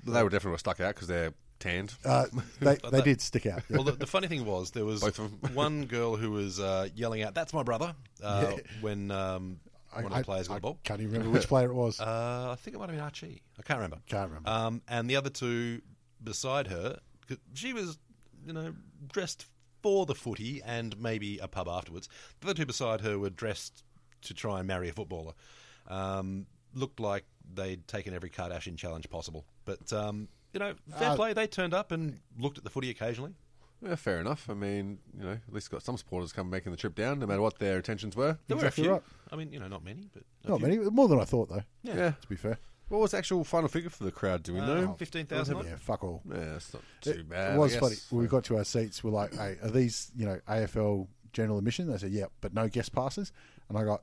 C: They were definitely stuck out because they're tanned.
A: Uh, they, they did stick out. yeah.
D: Well, the, the funny thing was there was
C: Both of 'em.
D: one girl who was uh, yelling out, "That's my brother!" Uh, when um, one of the players got
A: I
D: the ball.
A: can't even remember which player it was.
D: Uh, I think it might have been Archie. I can't remember.
A: Can't remember.
D: Um, and the other two beside her, 'cause she was, you know, dressed for the footy and maybe a pub afterwards. The other two beside her were dressed to try and marry a footballer. Um, looked like they'd taken every Kardashian challenge possible. But, um, you know, fair
A: Uh,
D: play. They turned up and looked at the footy occasionally.
C: Yeah, fair enough. I mean, you know, at least got some supporters come making the trip down, no matter what their intentions were.
D: There
A: Exactly
D: were a
A: right.
D: few. I mean, you know, not many, but. a
A: Not
D: few.
A: many, more than I thought though.
C: Yeah.
A: To be fair,
C: What was the actual final figure for the crowd? Do we
D: Uh,
C: know?
D: 15,000. odd.
A: yeah, fuck all.
C: Yeah, that's not too
A: it,
C: bad.
A: It was
C: I guess.
A: funny. When we got to our seats, we're like, hey, are these, you know, AFL general admission? They said, yeah, but no guest passes. And I got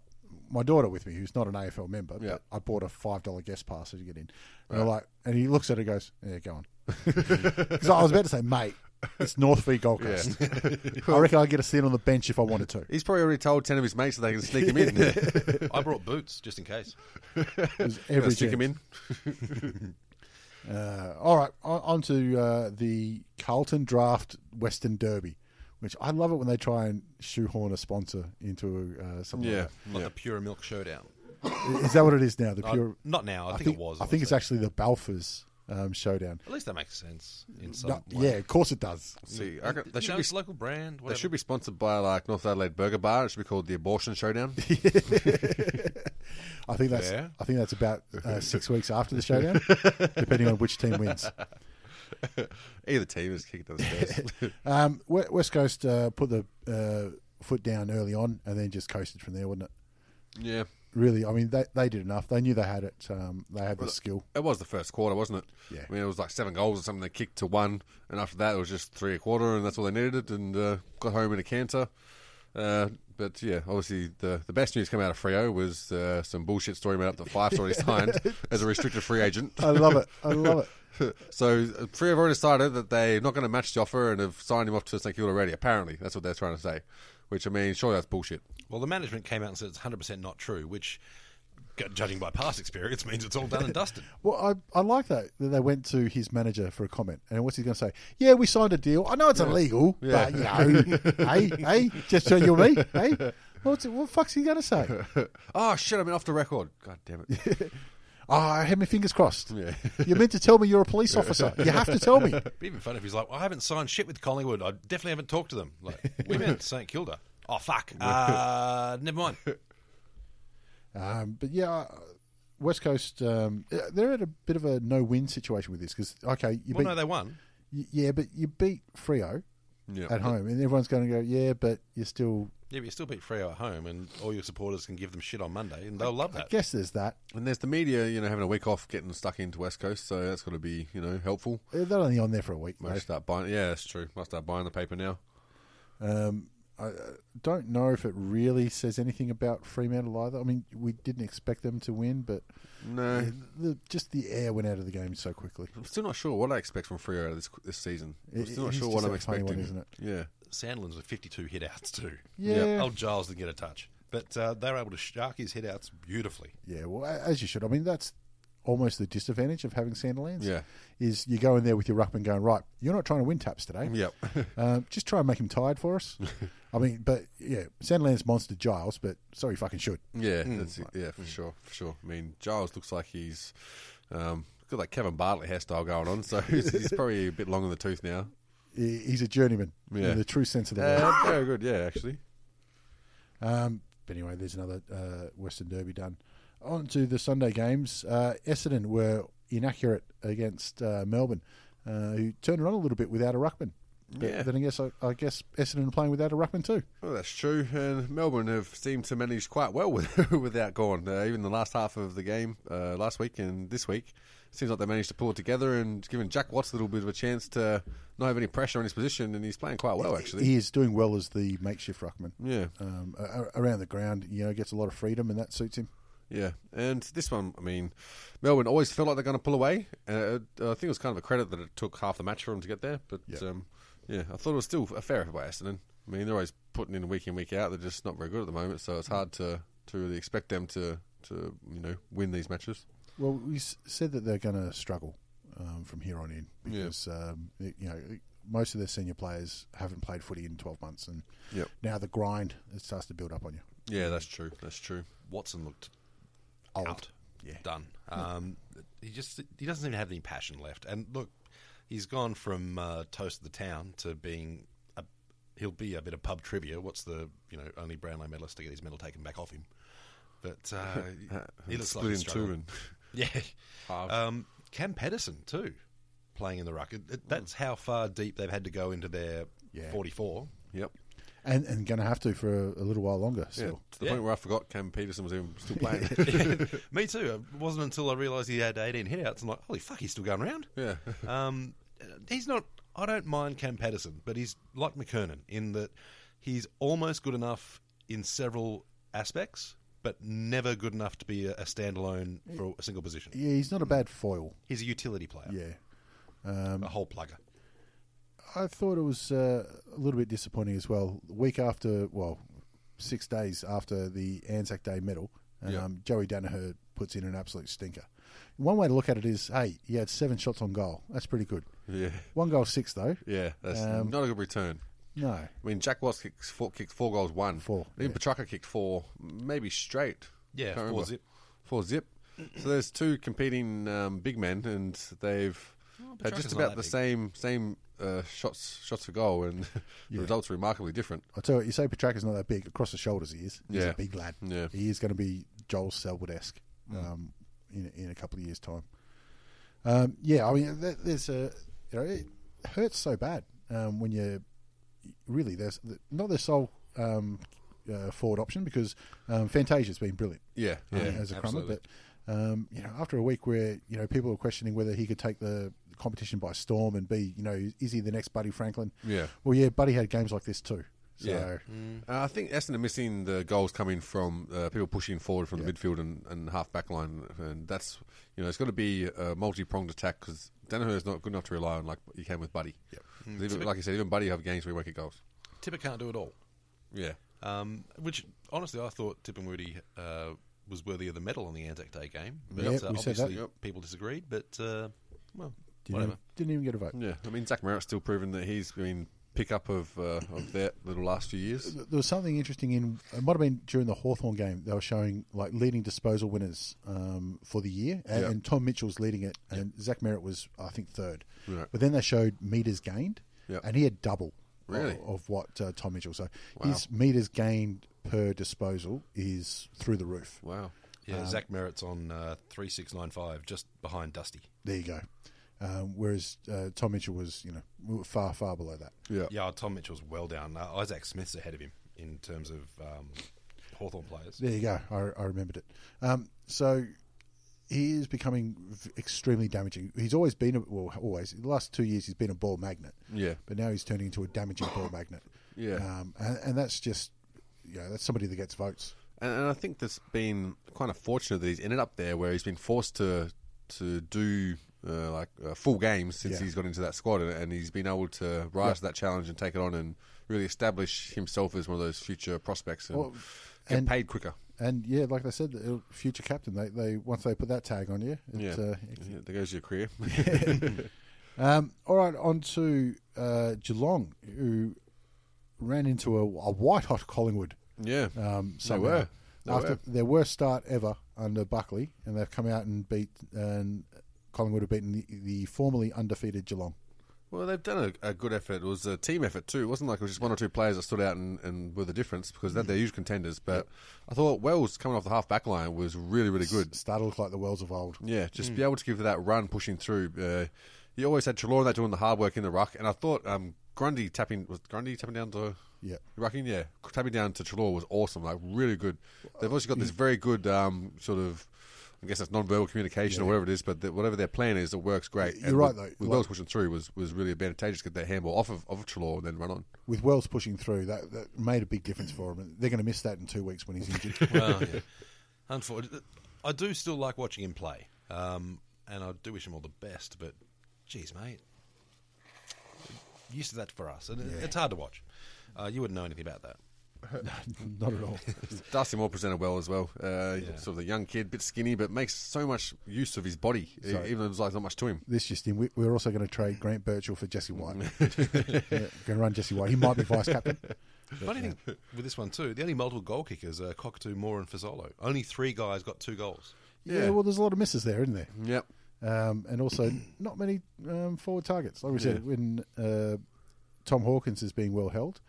A: my daughter with me, who's not an AFL member,
C: Yeah.
A: but I bought a $5 guest pass to get in. And they're like, and he looks at her and goes, yeah, go on. Because I was about to say, mate, it's North v Gold Coast. I reckon I'd get a seat on the bench if I wanted to.
C: He's probably already told ten of his mates that they can sneak him in.
D: I brought boots just in case.
A: It was every
C: stick him
A: chance.
C: in.
A: Uh, all right, on, on to uh, the Carlton Draft Western Derby, which I love it when they try and shoehorn a sponsor into uh, something.
C: Yeah,
A: like
D: Like the Pure Milk Showdown.
A: that. is that what it is now? The
D: Uh,
A: pure.
D: not now. I, think, it was.
A: I think it's
D: honestly.
A: actually the Balfours um, showdown.
D: At least that makes sense in some
A: No,
D: way.
A: yeah, of course it does.
C: See, I can, they
D: You
C: should
D: know,
C: be
D: it's local brand. Whatever.
C: they should be sponsored by like North Adelaide Burger Bar. It should be called the Abortion Showdown.
A: I think that's.
D: Fair.
A: I think that's about uh, six weeks after the showdown, depending on which team wins.
C: Either team is kicked down the stairs.
A: Um, We- West Coast uh, put the uh, foot down early on, and then just coasted from there, wouldn't it?
C: yeah,
A: Really, I mean, they, they did enough. They knew they had it. Um, they had the skill.
C: it was the first quarter, wasn't it?
A: Yeah.
C: I mean, it was like seven goals or something. They kicked to one, and after that, it was just three a quarter, and that's all they needed, and uh, got home in a canter. Uh, but yeah, obviously the the best news come out of Frio was uh, some bullshit story about the five already signed as a restricted free agent.
A: I love it. I love it.
C: so uh, Free have already decided that they're not going to match the offer and have signed him off to St Kilda already. Apparently, that's what they're trying to say. Which I mean, sure, that's bullshit.
D: Well, the management came out and said it's 100% not true, which, gu- judging by past experience, means it's all done and dusted.
A: Well, I, I like that, that they went to his manager for a comment. And what's he going to say? Yeah, we signed a deal. I know it's illegal, but you know, hey, hey, just so you and me, hey. What's, what the fuck's he going to say?
C: Oh shit! I've been off the record. God damn it!
A: Oh, I had my fingers crossed. You meant to tell me you're a police officer. You have to tell me.
D: It'd be even fun if he's like, well, I haven't signed shit with Collingwood. I definitely haven't talked to them. Like, we meant St Kilda. Oh, fuck. Uh, never mind.
A: Um, but yeah, uh, West Coast, um, they're at a bit of a no win situation with this because, okay, you
D: Well,
A: beat,
D: no, they won.
A: y- yeah, but you beat Frio
C: Yeah.
A: at home, and everyone's going to go, yeah, but you're still.
D: Yeah, but you still beat Freo at home, and all your supporters can give them shit on Monday, and they'll love
A: I
D: that.
A: guess there's that.
C: And there's the media, you know, having a week off, getting stuck into West Coast, so that's got to be, you know, helpful.
A: Uh, They're only on there for a week.
C: Might
A: mate.
C: start buying. Yeah, that's true. Might start buying the paper now.
A: Um, I uh, don't know if it really says anything about Fremantle either. I mean, we didn't expect them to win, but
C: No,
A: uh, the, just the air went out of the game so quickly.
C: I'm still not sure what I expect from Frio this this season. I'm
A: It-
C: still
A: it
C: not
A: is
C: sure
A: just
C: what I'm
A: a funny
C: expecting.
A: one, isn't it?
C: Yeah.
D: Sandlin's with 52 hit outs, too.
A: Yeah. Yeah.
D: Old Giles didn't get a touch. But uh, they were able to shark his hit outs beautifully.
A: Yeah, well, a- as you should. I mean, that's almost the disadvantage of having Sandilands.
C: Yeah.
A: is you go in there with your ruckman going right. You're not trying to win taps today.
C: Yep.
A: um, just try and make him tired for us. I mean, but yeah, Sandilands monster Giles, but so he fucking should.
C: Yeah, that's it. yeah,
A: Hmm.
C: for sure, for sure. I mean, Giles looks like he's um, got like Kevin Bartlett hairstyle going on, so he's, he's probably a bit long in the tooth now.
A: He- He's a journeyman
C: Yeah.
A: in the true sense of the word.
C: Uh, very good, yeah, actually.
A: Um, but anyway, there's another uh, Western Derby done. On to the Sunday games. Uh, Essendon were inaccurate against uh, Melbourne, uh, who turned it on a little bit without a ruckman. But
C: Yeah.
A: then I guess I, I guess Essendon are playing without a ruckman too.
C: Well, that's true. And Melbourne have seemed to manage quite well with, without Gorn. Uh, even the last half of the game uh, last week and this week, seems like they managed to pull it together and given Jack Watts a little bit of a chance to not have any pressure on his position, and he's playing quite well actually.
A: He is doing well as the makeshift ruckman.
C: yeah,
A: Um, a- a- around the ground, you know, gets a lot of freedom, and that suits him.
C: yeah. And this one, I mean, Melbourne always felt like they're going to pull away. Uh, I think it was kind of a credit that it took half the match for them to get there, but
A: Yeah.
C: um, yeah, I thought it was still a fair effort by Essendon. I mean, they're always putting in week in week out. They're just not very good at the moment, so it's hard to to really expect them to. To you know, win these matches.
A: Well, we s- said that they're going to struggle um, from here on in because um, it- you know most of their senior players haven't played footy in twelve months, and
C: Yep.
A: now the grind it starts to build up on you.
C: Yeah, that's true. That's true.
D: Watson looked
A: Old.
D: out, done. Um, he just he doesn't even have any passion left. And look, he's gone from uh, toast of the town to being a, he'll be a bit of pub trivia. What's the you know only Brownlow medalist to get his medal taken back off him? But uh, he looks like
C: Split
D: he's
C: in two
D: struggling.
C: and
D: Yeah. Um, Cam Pedersen too, playing in the ruck. It, it, that's how far deep they've had to go into their
A: Yeah.
D: 44.
C: yep.
A: and and going to have to for a, a little while longer.
C: Yeah,
A: Still,
C: to the
D: Yeah.
C: point where I forgot Cam Peterson was even still playing.
D: Me too. It wasn't until I realised he had 18 hitouts. I'm like, holy fuck, he's still going around.
C: yeah.
D: Um, he's not. I don't mind Cam Patterson, but he's like McKernan in that he's almost good enough in several aspects, but never good enough to be a, a standalone for a single position.
A: yeah, he's not a bad foil.
D: He's a utility player, Um,
A: Yeah,
D: a hole plugger.
A: I thought it was uh, a little bit disappointing as well. The week after, well, six days after the Anzac Day medal, um,
C: Yeah.
A: Joey Danaher puts in an absolute stinker. One way to look at it is, hey, he had seven shots on goal. That's pretty good.
C: Yeah.
A: One goal, six though.
C: Yeah. That's not a good return.
A: No,
C: I mean, Jack Watts kicked four, kicked four goals, one.
A: Four,
C: I think
A: yeah.
C: Petrarca kicked four, maybe straight.
D: Yeah,
C: Can't
D: four
C: remember.
D: zip.
C: Four zip. So there's two competing um, big men, and they've had
D: Oh, Petrarca's
C: just
D: not
C: about
D: that
C: the
D: big.
C: same same uh, shots shots for goal, and the results are remarkably different.
A: I tell you, what, you say Petraka's not that big. Across the shoulders, he is. He's
C: Yeah.
A: a big lad.
C: Yeah. Mm.
A: He is going to be Joel Selwood esque um, in, in a couple of years' time. Um, yeah, I mean, that, there's a you know it hurts so bad um, when you really there's not their sole um, uh, forward option because um, Fantasia's been brilliant
C: Yeah,
A: uh,
C: yeah,
A: as a crummer,
C: absolutely.
A: but um, you know after a week where you know people were questioning whether he could take the competition by storm and be you know is he the next Buddy Franklin?
C: Yeah.
A: Well, yeah, Buddy had games like this too. So
C: Yeah. Uh, I think Essendon are missing the goals coming from uh, people pushing forward from the midfield and, and half back line, and that's you know it's got to be a multi pronged attack because Danaher's not good enough to rely on like he can with Buddy. Mm. Even, like I said, even Buddy have games where he won't get goals.
D: Tipper can't do it all.
C: Yeah,
D: Um, which honestly, I thought Tip and Woody uh, was worthy of the medal on the Anzac Day game. But
A: Yeah,
D: uh,
A: we said that.
D: obviously,
A: Yep.
D: people disagreed. But uh, well,
A: Didn't,
D: whatever.
A: even, didn't even get a vote.
C: yeah. I mean, Zach Merritt's still proven that he's been pick up of uh, of that little last few years.
A: There was something interesting in it might have been during the Hawthorn game they were showing like leading disposal winners um, for the year and,
C: Yeah.
A: and Tom Mitchell's leading it and Zach Merritt was I think third.
C: Right.
A: But then they showed meters gained
C: Yeah.
A: and he had double
C: Really?
A: of, of what uh, Tom Mitchell. So his meters gained per disposal is through the roof.
C: Wow.
A: Um,
D: yeah, Zach Merritt's on uh, three six nine five, just behind Dusty.
A: There you go. Um, whereas uh, Tom Mitchell was you know far far below that.
C: Yeah.
D: Yeah, oh, Tom Mitchell's well down. Uh, Isaac Smith's ahead of him in terms of um, Hawthorn players.
A: There you go. I, I remembered it. Um, so he is becoming v- extremely damaging. He's always been, a, well, always, the last two years, he's been a ball magnet.
C: Yeah.
A: But now he's turning into a damaging ball magnet.
C: Yeah.
A: Um, and, and that's just, you know, that's somebody that gets votes.
C: And, and I think that's been kind of fortunate that he's ended up there where he's been forced to to do uh, like uh, full games since
A: Yeah.
C: he's got into that squad, and, and he's been able to rise to that challenge and take it on and really establish himself as one of those future prospects and
A: Well,
C: get
A: and-
C: paid quicker.
A: And yeah, like I said, the uh, future captain, they, they once they put that tag on you, it,
C: Yeah.
A: uh,
C: yeah, there goes your career.
A: Um, all right, on to uh, Geelong, who ran into a, a white hot Collingwood.
C: yeah,
A: Um, somehow.
C: were. They
A: after
C: were.
A: their worst start ever under Buckley, and they've come out and beat and Collingwood have beaten the, the formerly undefeated Geelong.
C: Well, they've done a, a good effort. It was a team effort too. It wasn't like it was just one or two players that stood out and, and were the difference because
A: Mm.
C: they're, they're huge contenders. But I thought Wells coming off the half back line was really, really good.
A: Started to look like the Wells of old.
C: Yeah, just be able to give that run pushing through. Uh, he always had Trelaw that doing the hard work in the ruck, and I thought um, Grundy tapping was Grundy tapping down to
A: Yeah.
C: rucking yeah tapping down to Trelaw was awesome, like really good. They've also got this very good um, sort of. I guess that's non-verbal communication or whatever it is, but the, whatever their plan is, it works great.
A: You're
C: And
A: right,
C: with,
A: though.
C: With
A: Like-
C: Wells pushing through was, was really advantageous to get that handball off of, off of Trelaw and then run on.
A: With Wells pushing through, that, that made a big difference for him. They're going to miss that in two weeks when he's injured.
D: Well, yeah. Unfortunately, I do still like watching him play, um, and I do wish him all the best. But, geez, mate, used to that for us, and it- it's hard to watch. Uh, you wouldn't know anything about that.
A: Not at all.
C: Darcy Moore presented well as well. Uh, Sort of the young kid, bit skinny, but makes so much use of his body, e- even though there's like not much to him.
A: This just in, we, we're also going to trade Grant Birchall for Jesse White. yeah, going to run Jesse White. He might be vice captain.
D: Funny thing with this one too, the only multiple goal kickers are Cockatoo, Moore, and Fazolo. Only three guys got two goals.
A: Yeah, well, there's a lot of misses there, isn't there?
C: Yep.
A: um, and also not many um, forward targets. Like we said, when uh, Tom Hawkins is being well held,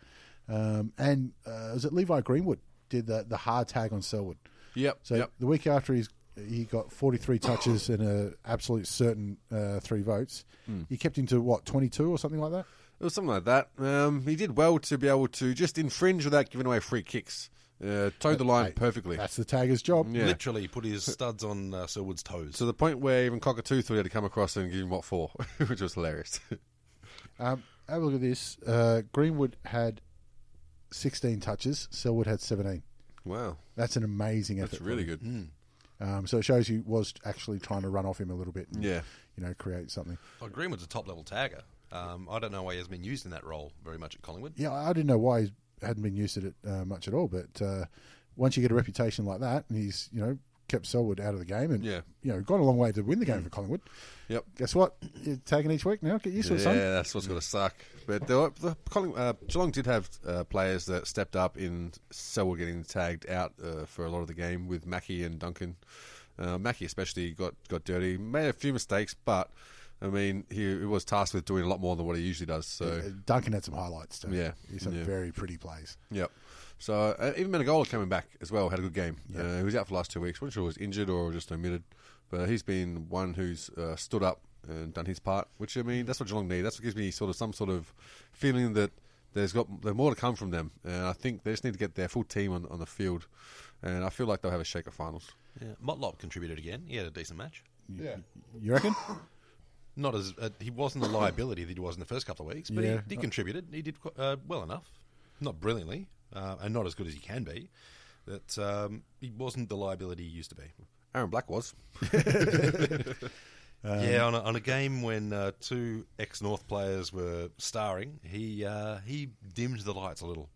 A: um, and uh, was it Levi Greenwood did the the hard tag on Selwood,
C: Yep,
A: So
C: yep.
A: the week after he's, he got 43 touches and a absolute certain uh, three votes,
C: Hmm.
A: he kept him to what 22 or something like that.
C: It was something like that. Um, he did well to be able to just infringe without giving away free kicks. Uh, towed the line
A: Hey,
C: perfectly.
A: That's the tagger's job.
C: Yeah.
D: Literally put his studs on uh, Sir Wood's toes.
C: To the point where even Cockatoo thought he had to come across and give him what for, which was hilarious.
A: Um, have a look at this. Uh, Greenwood had 16 touches. Selwood had 17.
C: wow,
A: That's an amazing effort.
C: that's really good.
A: Um, so it shows he was actually trying to run off him a little bit. And,
C: Yeah.
A: You know, create something.
D: Oh, Greenwood's a top level tagger. Um, I don't know why he has been used in that role very much at Collingwood.
A: Yeah, I I didn't know why he hadn't been used to it uh, much at all. But uh, once you get a reputation like that, and he's you know kept Selwood out of the game, and
C: Yeah.
A: you know got a long way to win the game for Collingwood.
C: Yep.
A: Guess what? You're tagging each week now. Get used to it, son.
C: Yeah, that's
A: Mm.
C: what's going to suck. But the, the Colling, uh, Geelong did have uh, players that stepped up in Selwood getting tagged out uh, for a lot of the game with Mackey and Duncan. Uh, Mackey especially got, got dirty, made a few mistakes, but I mean he, he was tasked with doing a lot more than what he usually does. So
A: Uh, Duncan had some highlights. Too.
C: Yeah,
A: he's some
C: yeah.
A: very pretty plays.
C: Yep. So uh, even Menegola coming back as well had a good game. Uh, he was out for the last two weeks. wasn't sure he was injured or just omitted, but he's been one who's uh, stood up and done his part. Which I mean, that's what Geelong need. That's what gives me sort of some sort of feeling that there's got there's more to come from them. And I think they just need to get their full team on, on the field. And I feel like they'll have a shake at finals.
D: Yeah. Motlop contributed again. He had a decent match.
A: Yeah, you reckon?
D: Not as uh, he wasn't the liability that he was in the first couple of weeks, but
A: Yeah.
D: he, he contributed. He did qu- uh, well enough, not brilliantly, uh, and not as good as he can be. That um, he wasn't the liability he used to be.
C: Aaron Black was.
D: yeah, on a, on a game when uh, two ex-North players were starring, he uh, he dimmed the lights a little.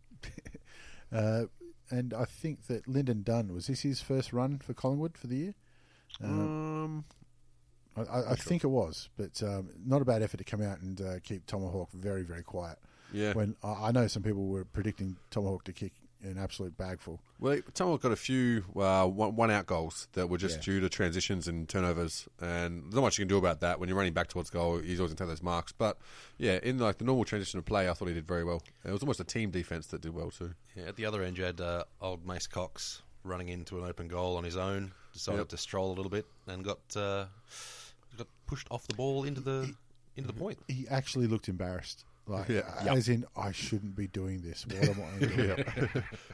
A: Uh, and I think that Lyndon Dunn was this his first run for Collingwood for the year.
C: Um,
A: I, I, I think it was, but um, not a bad effort to come out and uh, keep Tomahawk very, very quiet.
C: Yeah.
A: When I, I know some people were predicting Tomahawk to kick an absolute bagful.
C: Well, Tamworth got a few uh, one, one out goals that were just
A: Yeah.
C: due to transitions and turnovers, and there's not much you can do about that. When you're running back towards goal, he's always going to take those marks. But yeah, in like the normal transition of play, I thought he did very well. It was almost a team defense that did well too.
D: Yeah, at the other end, you had uh, old Mace Cox running into an open goal on his own. Decided
C: Yep.
D: to stroll a little bit and got uh, got pushed off the ball into the into the point.
A: He actually looked embarrassed. Like,
C: Yeah.
A: uh, as in, I shouldn't be doing this. What am I doing?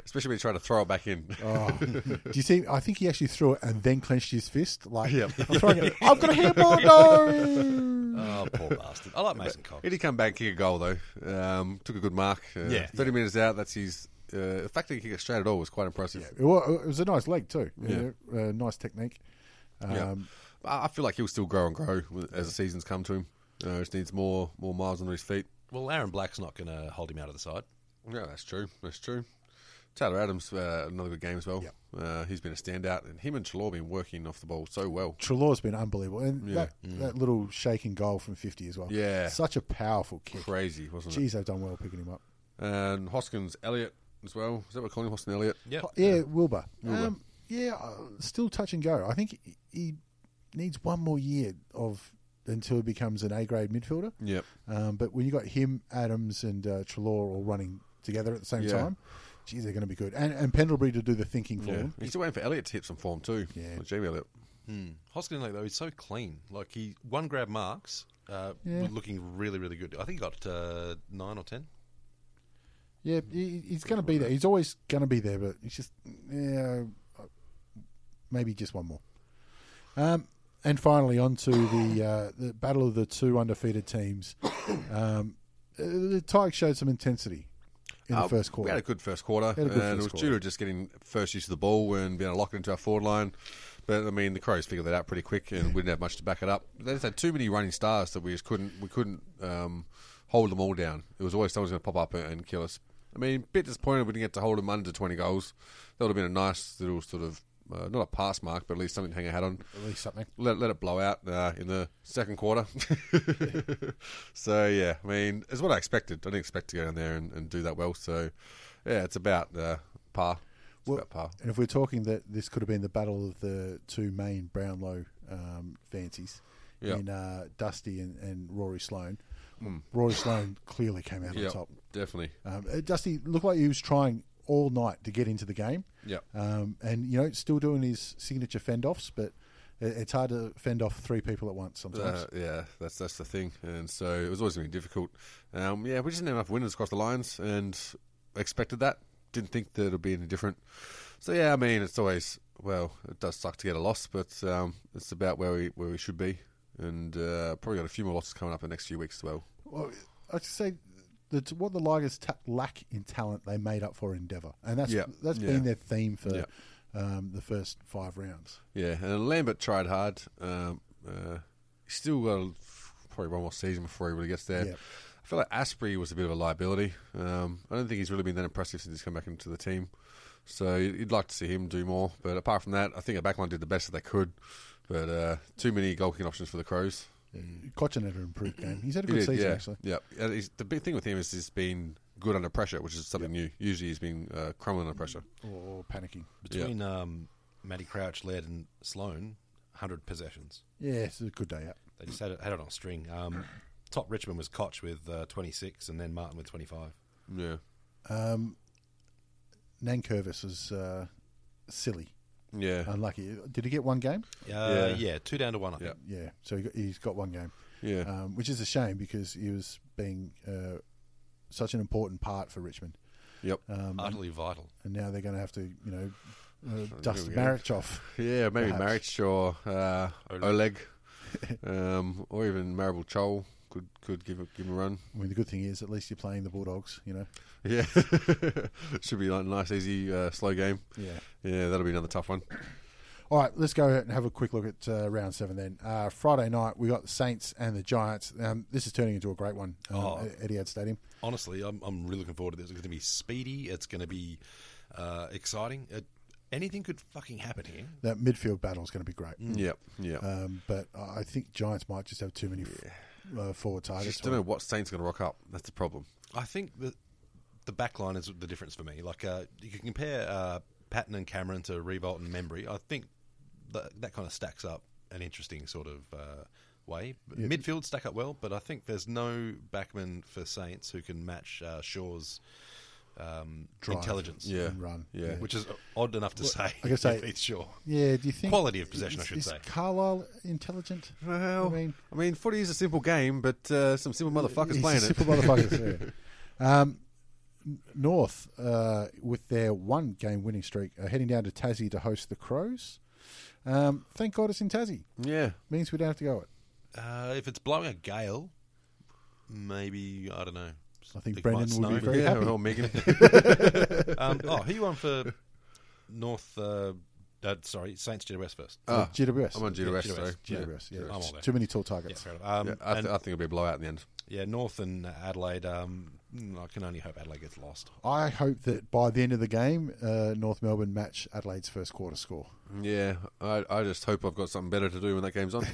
C: Especially when you try to throw it back in.
A: Oh. Do you see? I think he actually threw it and then clenched his fist. Like, I'm throwing it. I've got a handball. No.
D: Oh, poor bastard! I like Mason Cox.
C: He did come back and kick a goal though. Um, took a good mark. Uh,
D: Yeah.
C: thirty minutes out. That's his. Uh, the fact that he kicked it straight at all was quite impressive.
A: It wa- it was a nice leg too. Yeah. Uh, nice technique.
C: Yeah.
A: Um,
C: I I feel like he'll still grow and grow as the seasons come to him. Uh, just needs more more miles under his feet.
D: Well, Aaron Black's not going to hold him out of the side.
C: Yeah, that's true. That's true. Taylor Adams, uh, another good game as well.
A: Yep.
C: Uh, he's been a standout, and him and Chalor been working off the ball so well.
A: Trelaw's been unbelievable, and that, that little shaking goal from fifty as well.
C: Yeah.
A: such a powerful kick.
C: Crazy, wasn't
A: Jeez, they've done well picking him up.
C: it? And Hoskins, Elliott as well. Is that what we're calling him? Hoskins, Elliott?
D: Yep.
A: Yeah, Wilbur. Um, yeah, uh, still touch and go. I think he- he needs one more year of until he becomes an A grade midfielder.
C: Yep.
A: Um, but when you got him, Adams, and uh, Trelaw all running together at the same
C: Yeah.
A: time, geez, they're going to be good. And, and Pendlebury to do the thinking for
C: Yeah.
A: them.
C: He's still waiting for Elliott to hit some form too.
A: Yeah.
C: Or Jamie Elliott.
D: Hoskins, like, though, he's so clean. Like he one grab marks, uh,
A: Yeah.
D: looking really, really good. I think he got uh, nine or ten.
A: Yeah, he, he's going to be there. He's always going to be there, but it's just yeah, uh, maybe just one more. Um, and finally, on to the uh, the battle of the two undefeated teams. Um, uh, the Tigers showed some intensity in
C: Uh,
A: the first
C: We
A: quarter.
C: had a good first quarter.
A: had a good
C: and
A: first
C: it was
A: quarter.
C: due to just getting first use of the ball and being able to lock it into our forward line. But I mean, the Crows figured that out pretty quick, and we didn't have much to back it up. They just had too many running stars that we just couldn't we couldn't um, hold them all down. It was always someone's going to pop up and, and kill us. I mean, bit disappointed we didn't get to hold them under twenty goals. That would have been a nice little sort of uh, not a pass mark, but at least something to hang a hat on
A: at least something.
C: let, let it blow out uh, in the second quarter. so yeah, I mean, it's what I expected. I didn't expect to go down there and, and do that well. So yeah, it's about uh, par. It's
A: Well-
C: about par.
A: And if we're talking that this could have been the battle of the two main Brownlow um, fancies
C: Yeah. Hmm.
A: in uh, Dusty and, and Rory Sloan, Rory Sloan clearly came out on
C: Yeah,
A: top.
C: definitely.
A: Um, uh, Dusty looked uh, like he was trying all night to get into the game.
C: Yep.
A: Um, and you know, still doing his signature fend offs, but it- it's hard to fend off three people at once sometimes.
C: Uh, yeah, that's that's the thing, and so it was always going to be difficult. Um, yeah, we just didn't have enough winners across the lines, and expected that. Didn't think that it'd be any different. So yeah, I mean, it's always well, it does suck to get a loss, but um, it's about where we where we should be, and uh, probably got a few more losses coming up in the next few weeks as well.
A: Well, I'd say that what the Ligers ta- lack in talent, they made up for endeavour, and that's
C: Yeah.
A: that's
C: Yeah.
A: been their theme for
C: Yeah.
A: um, the first five rounds.
C: Yeah, and Lambert tried hard. Um, uh, he's still got a- probably one more season before he really gets there.
A: Yep.
C: I feel like Asprey was a bit of a liability. Um, I don't think he's really been that impressive since he's come back into the team. So you'd like to see him do more. But apart from that, I think our backline did the best that they could. But uh, too many goal kicking options for the Crows.
A: Cochin had an improved game. He's had a
C: Mm. He
A: good
C: did,
A: season
C: yeah.
A: actually.
C: Yeah. And he's, the big thing with him is he's been good under pressure, which is something new. Usually he's been uh, crumbling under pressure.
A: Or panicking.
D: Between um, Matty Crouch, Laird, and Sloan, 100 possessions.
A: Yeah, it's a good day out.
D: They just had it, had it on a string. Um, top Richmond was Koch with uh, 26 and then Martin with 25.
A: Mm.
C: Yeah.
A: Nankervis is uh, silly,
C: Yeah.
A: unlucky. Did he get one game?
D: Uh, yeah.
C: Yeah.
D: two down to one, I think.
A: Yeah, so he got, he's got one game,
C: yeah.
A: um, which is a shame because he was being uh, such an important part for Richmond,
C: yep.
D: Utterly vital.
A: and now they're going to have to, you know, uh, dust
C: we go.
A: Marich off.
C: Yeah, maybe
A: Perhaps.
C: Maric or uh, Oleg, um, or even Marable Chol could could give a, give him a run.
A: I mean, the good thing is at least you're playing the Bulldogs, you know.
C: Yeah, should be like a nice, easy, uh, slow game.
A: Yeah.
C: yeah, that'll be another tough one.
A: All right, let's go and have a quick look at uh, round seven then. Uh, Friday night, we got the Saints and the Giants. Um, this is turning into a great one um,
D: Oh.
A: at Etihad Stadium.
D: Honestly, I'm, I'm really looking forward to this. It's going to be speedy. It's going to be uh, exciting. It, anything could fucking happen here.
A: That midfield battle is going to be great.
C: Yep, yeah.
A: Um, but I I think Giants might just have too many f- uh, forward targets.
C: Just don't know what Saints going to rock up. That's the problem.
D: I think that the back line is the difference for me. Like uh, you can compare uh, Patton and Cameron to Revolt and Membry. I think that, that kind of stacks up an interesting sort of uh, way. Midfield stack up well, but I think there's no backman for Saints who can match uh, Shaw's um, intelligence.
C: Yeah,
A: And run.
C: Yeah,
A: Yeah.
D: Which is odd enough to say.
A: I guess I-
D: Heath Shaw.
A: Yeah, do you think
D: Quality of possession,
A: is,
D: I should
A: is
D: say.
A: Carlisle intelligent?
C: Well,
A: I mean,
C: I mean, footy is a simple game, but uh, some simple motherfuckers
A: he's
C: playing
A: a simple
C: it.
A: motherfuckers. yeah. Um, N- North, uh, with their one game winning streak, are heading down to Tassie to host the Crows. Um, thank God it's in Tassie.
C: yeah,
A: Means we don't have to go it.
D: Uh, if it's blowing a gale, maybe, I don't know.
A: I think
D: It might
A: Brendan will
D: snow.
A: be very
C: yeah.
A: happy.
C: Well, Megan.
D: Um, oh, who you on for North? Uh, uh, sorry, Saints Jedi West first.
C: Ah,
A: GWS.
C: I'm on GWS.
D: GWS,
C: sorry.
A: GWS, yeah.
D: I'm all
A: It's
D: there.
A: Too many tall
D: Yeah,
A: targets.
D: fair enough. Um,
C: Yeah, I, th-
D: and-
C: I think it'll be a blowout in the end.
D: yeah, North and Adelaide. Um, mm, I can only hope Adelaide gets lost.
A: I hope that by the end of the game, uh, North Melbourne match Adelaide's first quarter score.
C: Yeah, I, I just hope I've got something better to do when that game's on.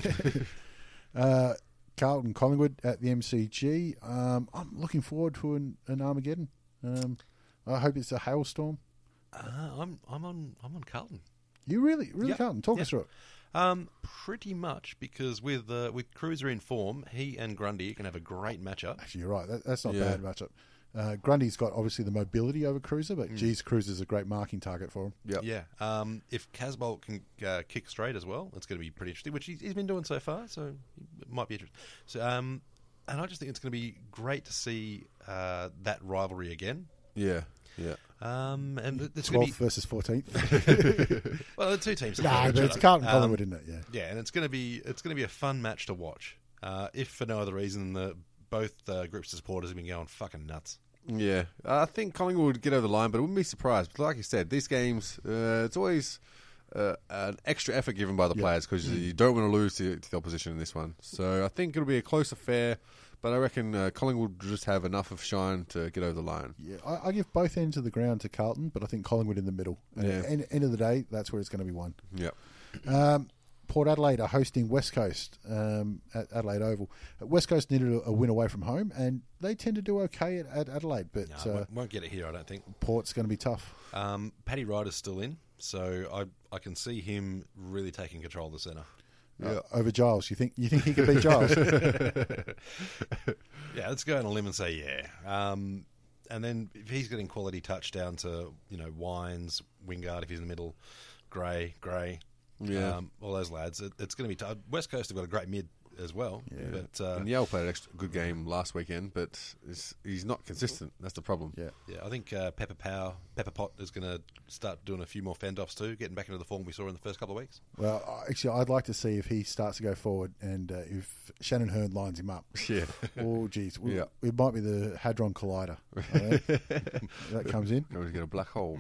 A: Uh, Carlton Collingwood at the MCG. Um, I'm looking forward to an, an Armageddon. Um, I hope it's a hailstorm.
D: Uh, I'm I'm on I'm on Carlton.
A: You really, really
D: Yeah.
A: Carlton. Talk
D: Yeah.
A: us through it.
D: Um, pretty much because with uh, with Cruiser in form, he and Grundy can have a great matchup.
A: Actually, you're right. That, that's not
C: Yeah.
A: bad matchup. Uh, Grundy's got obviously the mobility over Cruiser,
D: Mm.
A: but geez, Cruiser's a great marking target for him.
C: Yep.
D: Yeah. Um, if Casbolt can uh, kick straight as well, it's going to be pretty interesting, which he's, he's been doing so far, so it might be interesting. So, um, and I just think it's going to be great to see uh, that rivalry again.
C: yeah, yeah.
D: Um, and th- it's going to
A: Twelfth
D: be
A: versus fourteenth.
D: Well, the two teams. that play
A: nah,
D: each
A: but it's
D: other.
A: Carlton
D: Um,
A: Collingwood, isn't it? Yeah.
D: Yeah, and it's going to be it's going to be a fun match to watch. Uh, if for no other reason that both uh, groups of supporters have been going fucking nuts.
C: Yeah, I think Collingwood would get over the line, but I wouldn't be surprised. But like you said, these games, uh, it's always uh, an extra effort given by the players 'cause players because you don't want to lose to, to the opposition in this one. So I think it'll be a close affair, but I reckon uh, Collingwood will just have enough of shine to get over the line.
A: Yeah, I, I give both ends of the ground to Carlton, but I think Collingwood in the middle. And
C: Yeah.
A: at the end, end of the day, that's where it's going to be won.
C: Yep.
A: Port Adelaide are hosting West Coast um, at Adelaide Oval. Uh, West Coast needed a, a win away from home, and they tend to do okay at, at Adelaide, but
D: No,
A: uh,
D: won't, won't get it here, I don't think.
A: Port's going to be tough.
D: Um, Paddy Ryder's still in, so I I can see him really taking control of the centre.
A: Uh, over Giles, you think you think he could beat Giles?
D: Yeah, let's go on a limb and say yeah. Um, and then if he's getting quality touchdown to you know Wines, Wingard if he's in the middle, Gray, Gray,
C: Yeah.
D: um, all those lads. It, it's going to be tough. West Coast have got a great mid as well, but uh,
C: And Yale played an extra good game last weekend, but it's, he's not consistent. That's the problem.
A: Yeah.
D: yeah, I think uh, Pepper Power, Pepper Pot is going to start doing a few more fend offs too, getting back into the form we saw in the first couple of weeks.
A: Well, I- actually, I'd like to see if he starts to go forward and uh, if Shannon Hearn lines him up.
C: Yeah.
A: Oh, geez. We,
C: Yeah.
A: It might be the Hadron Collider. I think. that comes in.
C: Going to get a black hole.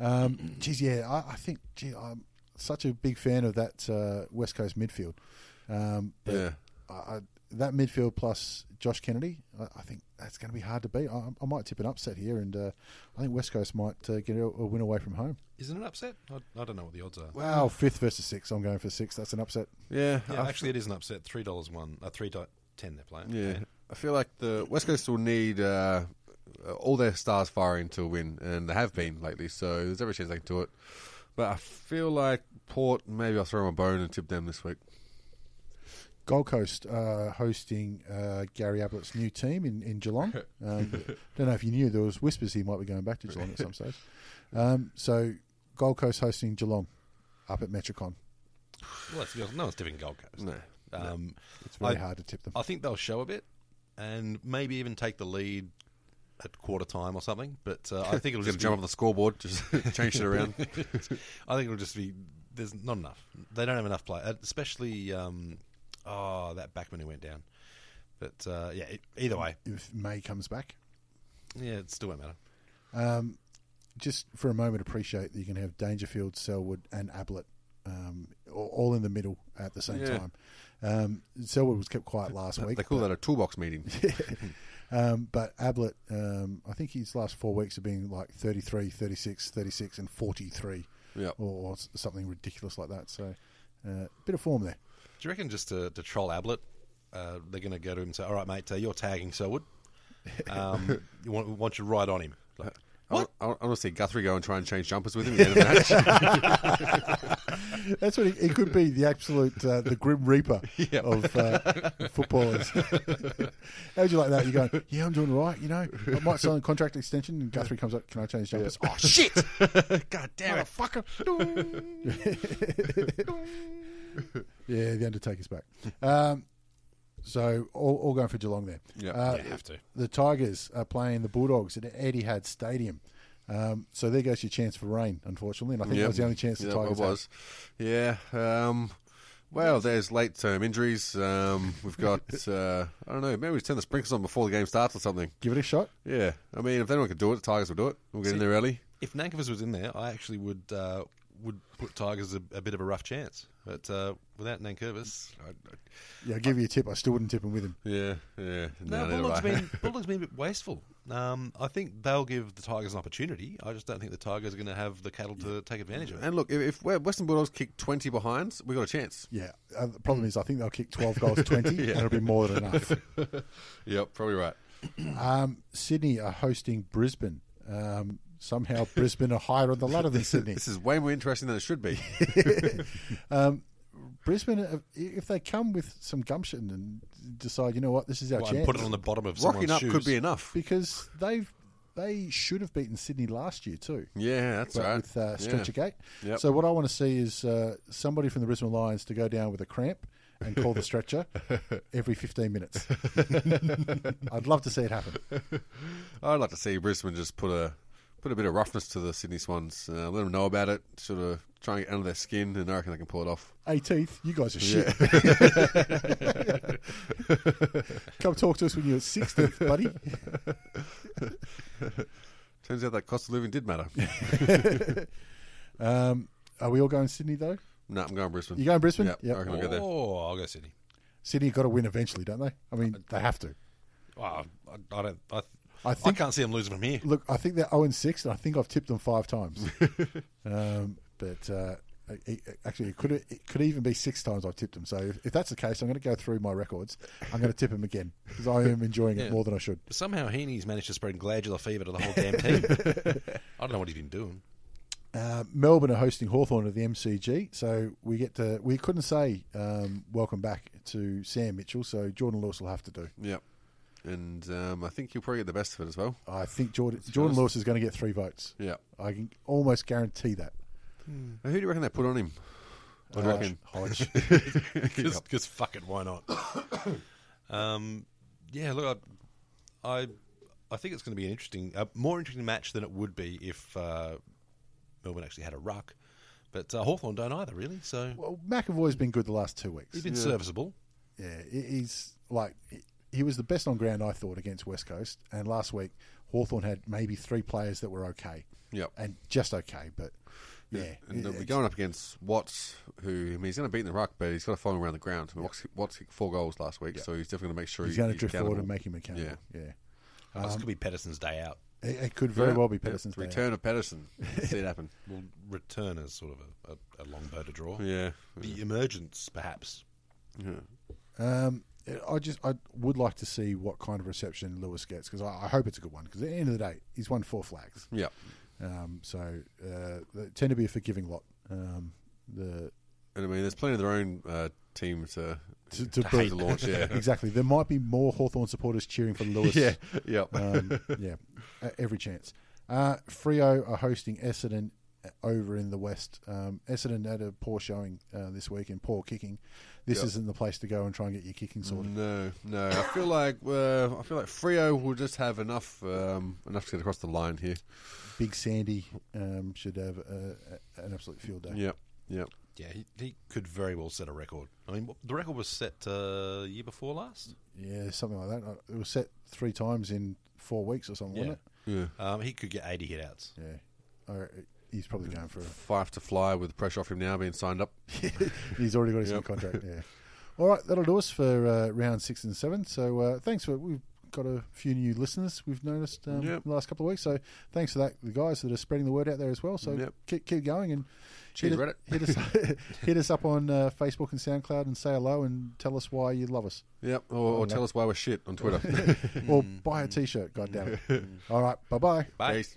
A: Um, geez, yeah, I, I think gee, I'm such a big fan of that uh, West Coast midfield. Um, but
C: Yeah.
A: I, I, that midfield plus Josh Kennedy, I, I think that's going to be hard to beat. I, I might tip an upset here, and uh, I think West Coast might uh, get a, a win away from home.
D: Isn't it an upset? I, I don't know what the odds are.
A: Wow, fifth versus six. I'm going for six. That's an upset.
C: Yeah.
D: Yeah,
C: I-
D: actually, it is an upset. Three dollars one, uh, three ten. They're playing.
C: Yeah, I feel like the West Coast will need uh, all their stars firing to win, and they have been lately. So there's every chance they can do it. But I feel like Port. Maybe I'll throw them a bone and tip them this week.
A: Gold Coast uh, hosting uh, Gary Ablett's new team in, in Geelong. Um, don't know if you knew, there was whispers he might be going back to Geelong at some stage. Um, so Gold Coast hosting Geelong up at Metricon.
D: Well, let's be honest, no one's tipping Gold Coast.
C: No.
D: Um,
A: It's very
D: I-
A: hard to tip them.
D: I think they'll show a bit, and maybe even take the lead at quarter time or something. But uh, I think it'll
C: Just
D: just
C: jump
D: be,
C: on the scoreboard, just change it around.
D: I think it'll just be. There's not enough. They don't have enough play, uh, especially. Um, oh, that backman who went down. But uh, yeah, e- either way,
A: if May comes back,
D: yeah, it still won't matter.
A: um, just for a moment, appreciate that you can have Dangerfield, Selwood, and Ablett um, a- all in the middle at the same
C: Yeah.
A: time. Um, Selwood was kept quiet last week.
C: They call that a toolbox meeting.
A: Um, but Ablett, um, I think his last four weeks have been like 33, 36, 36, and 43
C: Yeah.
A: or, or s- something ridiculous like that. So, uh, bit of form there.
D: Do you reckon just to, to troll Ablett, uh, they're going to go to him and say, "All right, mate, uh, you're tagging Selwood. Um, you want, want you right on him." Like,
C: I want, I want to see Guthrie go and try and change jumpers with him. At the end of the match.
A: That's what he, he could be the absolute, uh, the grim reaper of uh, footballers. How'd you like that? You go, yeah, I'm doing all right, you know. I might sign a contract extension, and Guthrie comes up, can I change jumpers? Oh, shit!
C: God damn it!
A: Yeah, the Undertaker's back. Um, so, all, all going for Geelong there.
C: Yeah.
A: Uh,
D: have to.
A: the Tigers are playing the Bulldogs at Etihad Stadium. Um, so there goes your chance for rain, unfortunately. And I think that was the only chance the
C: Yeah,
A: Tigers
C: it was. Yeah. Um, well, there's late term injuries. Um, we've got uh, I don't know. Maybe we turn the sprinklers on before the game starts or something.
A: had. Give it a shot.
C: Yeah, I mean, if anyone could do it, the Tigers will do it. We'll get in there early.
D: If Nankervis was in there, I actually would uh, would put Tigers a, a bit of a rough chance. But uh, without Nankervis, I, I,
A: Yeah, I'll give you a tip. I still wouldn't tip him with him.
C: Yeah, yeah.
D: no,
C: neither
D: Bulldogs
C: do I.
D: been Bulldogs been a bit wasteful. Um, I think they'll give the Tigers an opportunity. I just don't think the Tigers are going to have the cattle to take advantage of it.
C: And look, if, if we- Western Bulldogs kick twenty behind, we got a chance.
A: Yeah. Uh, the problem is, I think they'll kick 12 goals 20, and it'll be more than enough.
C: Yep, probably right.
A: Um, Sydney are hosting Brisbane. Um, somehow, Brisbane are higher on the ladder than Sydney.
C: This is way more interesting than it should be.
A: Brisbane, uh, if they come with some gumption and decide, you know what, this is our
D: Well, and
A: chance.
D: put it on the bottom of someone's
C: Rocking up
D: shoes.
C: could be enough.
A: because they've, they should have beaten Sydney last year, too.
C: Yeah, that's
A: but
C: right.
A: with uh, stretcher
C: yeah.
A: gate.
C: Yep.
A: So what I want to see is uh, somebody from the Brisbane Lions to go down with a cramp and call the stretcher every 15 minutes. I'd love to see it happen.
C: I'd like to see Brisbane just put a put a bit of roughness to the Sydney Swans. Uh, let them know about it. Sort of try and get under their skin, and I reckon they can pull it off.
A: Hey Teeth, you guys are shit. Come talk to us when you're at 60th, buddy.
C: Turns out that cost of living did matter.
A: Um, are we all going Sydney though?
C: no, I'm going Brisbane.
A: You going Brisbane?
C: Yep,
A: Yep.
C: I reckon I'll go there.
D: Oh, I'll go Sydney.
A: Sydney got to win eventually, don't they? I mean, they have to.
D: Well, I, I don't. I,
A: I
D: I,
A: think-
D: can't see them losing from here.
A: Look, I think they're 0 and 6, and I think I've tipped them five times. um, but uh, it, it- actually, it could it could even be six times I've tipped them. So if, if that's the case, I'm going to go through my records. I'm going to tip them again because I am enjoying it more than I should.
D: Somehow Heaney's managed to spread glandular fever to the whole damn team. I don't know what he's been doing.
A: Uh, Melbourne are hosting Hawthorn at the MCG, so we get to we couldn't say um, welcome back to Sam Mitchell, so Jordan Lewis will have to do.
C: Yep. and um, I think he'll probably get the best of it as well.
A: I think Jordan Jordan Lewis is going to get three votes.
C: Yeah.
A: I can almost guarantee that.
C: Now, who do you reckon they put on him? I
A: Uh,
C: reckon.
A: Hodge.
D: Because fuck it, why not? um, yeah, look, I, I, I think it's going to be an interesting, a more interesting match than it would be if uh, Melbourne actually had a ruck. But uh, Hawthorn don't either, really. So
A: well, McAvoy's been good the last two weeks.
D: he's been serviceable.
A: Yeah, he- he's like he- he was the best on ground I thought against West Coast, and last week Hawthorn had maybe three players that were okay.
C: Yep.
A: and just okay, but uh, yeah,
C: And they'll be
A: it's-
C: going up against Watts, who I mean, he's going to beat in the ruck, but he's got to find him around the ground. I mean, Watts, Watts kicked four goals last week, so he's definitely going to make sure
A: he's going to
C: he's
A: drift forward and
C: accountable.
A: make him accountable. Yeah,
D: Oh,
C: Um,
D: this could be Pedersen's day out.
A: It, it could very well be
C: Yeah.
A: Pedersen's day.
C: return of Pedersen. See it happen.
D: We'll return as sort of a, a, a long bow to draw.
C: Yeah,
D: The emergence, perhaps.
A: Um, I just I would like to see what kind of reception Lewis gets because I, I hope it's a good one. Because at the end of the day, he's won four flags.
C: yeah.
A: Um, so uh, they tend to be a forgiving lot. Um, the
C: And I mean, there's plenty of their own uh, team to
A: to, to,
C: hate
A: boot.
C: the launch. Yeah,
A: exactly. There might be more Hawthorn supporters cheering for Lewis.
C: yeah, yeah.
A: um, yeah, e- every chance. Uh, Frio are hosting Essendon uh, over in the West. Um, Essendon had a poor showing uh, this week and poor kicking. This isn't the place to go and try and get your kicking sorted.
C: No, no. I feel like uh, I feel like Frio will just have enough um, enough to get across the line here.
A: Big Sandy um, should have uh, a- an absolute field day.
C: Yep, yep.
D: Yeah, he, he could very well set a record. I mean, what- the record was set uh, year before last.
A: Yeah, something like that. Uh, It was set three times in four weeks or something, wasn't
C: Yeah.
D: Um, he could get 80 hit outs.
A: it? Yeah. Or he's probably going for a
C: Five to fly with the pressure off him now being signed up.
A: He's already got his new contract. Yeah. All right, that'll do us for uh, round six and seven. So uh, thanks for we've got a few new listeners we've noticed um,
C: Yep.
A: the last couple of weeks. So thanks for that, the guys that are spreading the word out there as well. So
C: Yep.
A: keep, keep going and
C: Cheers,
A: hit, it- hit us hit us up on uh, Facebook and SoundCloud and say hello and tell us why you love us
C: Yep. Or, or tell us why we're shit on Twitter.
A: or buy a T-shirt. God damn it! All right, bye bye.
D: Bye.
C: Peace.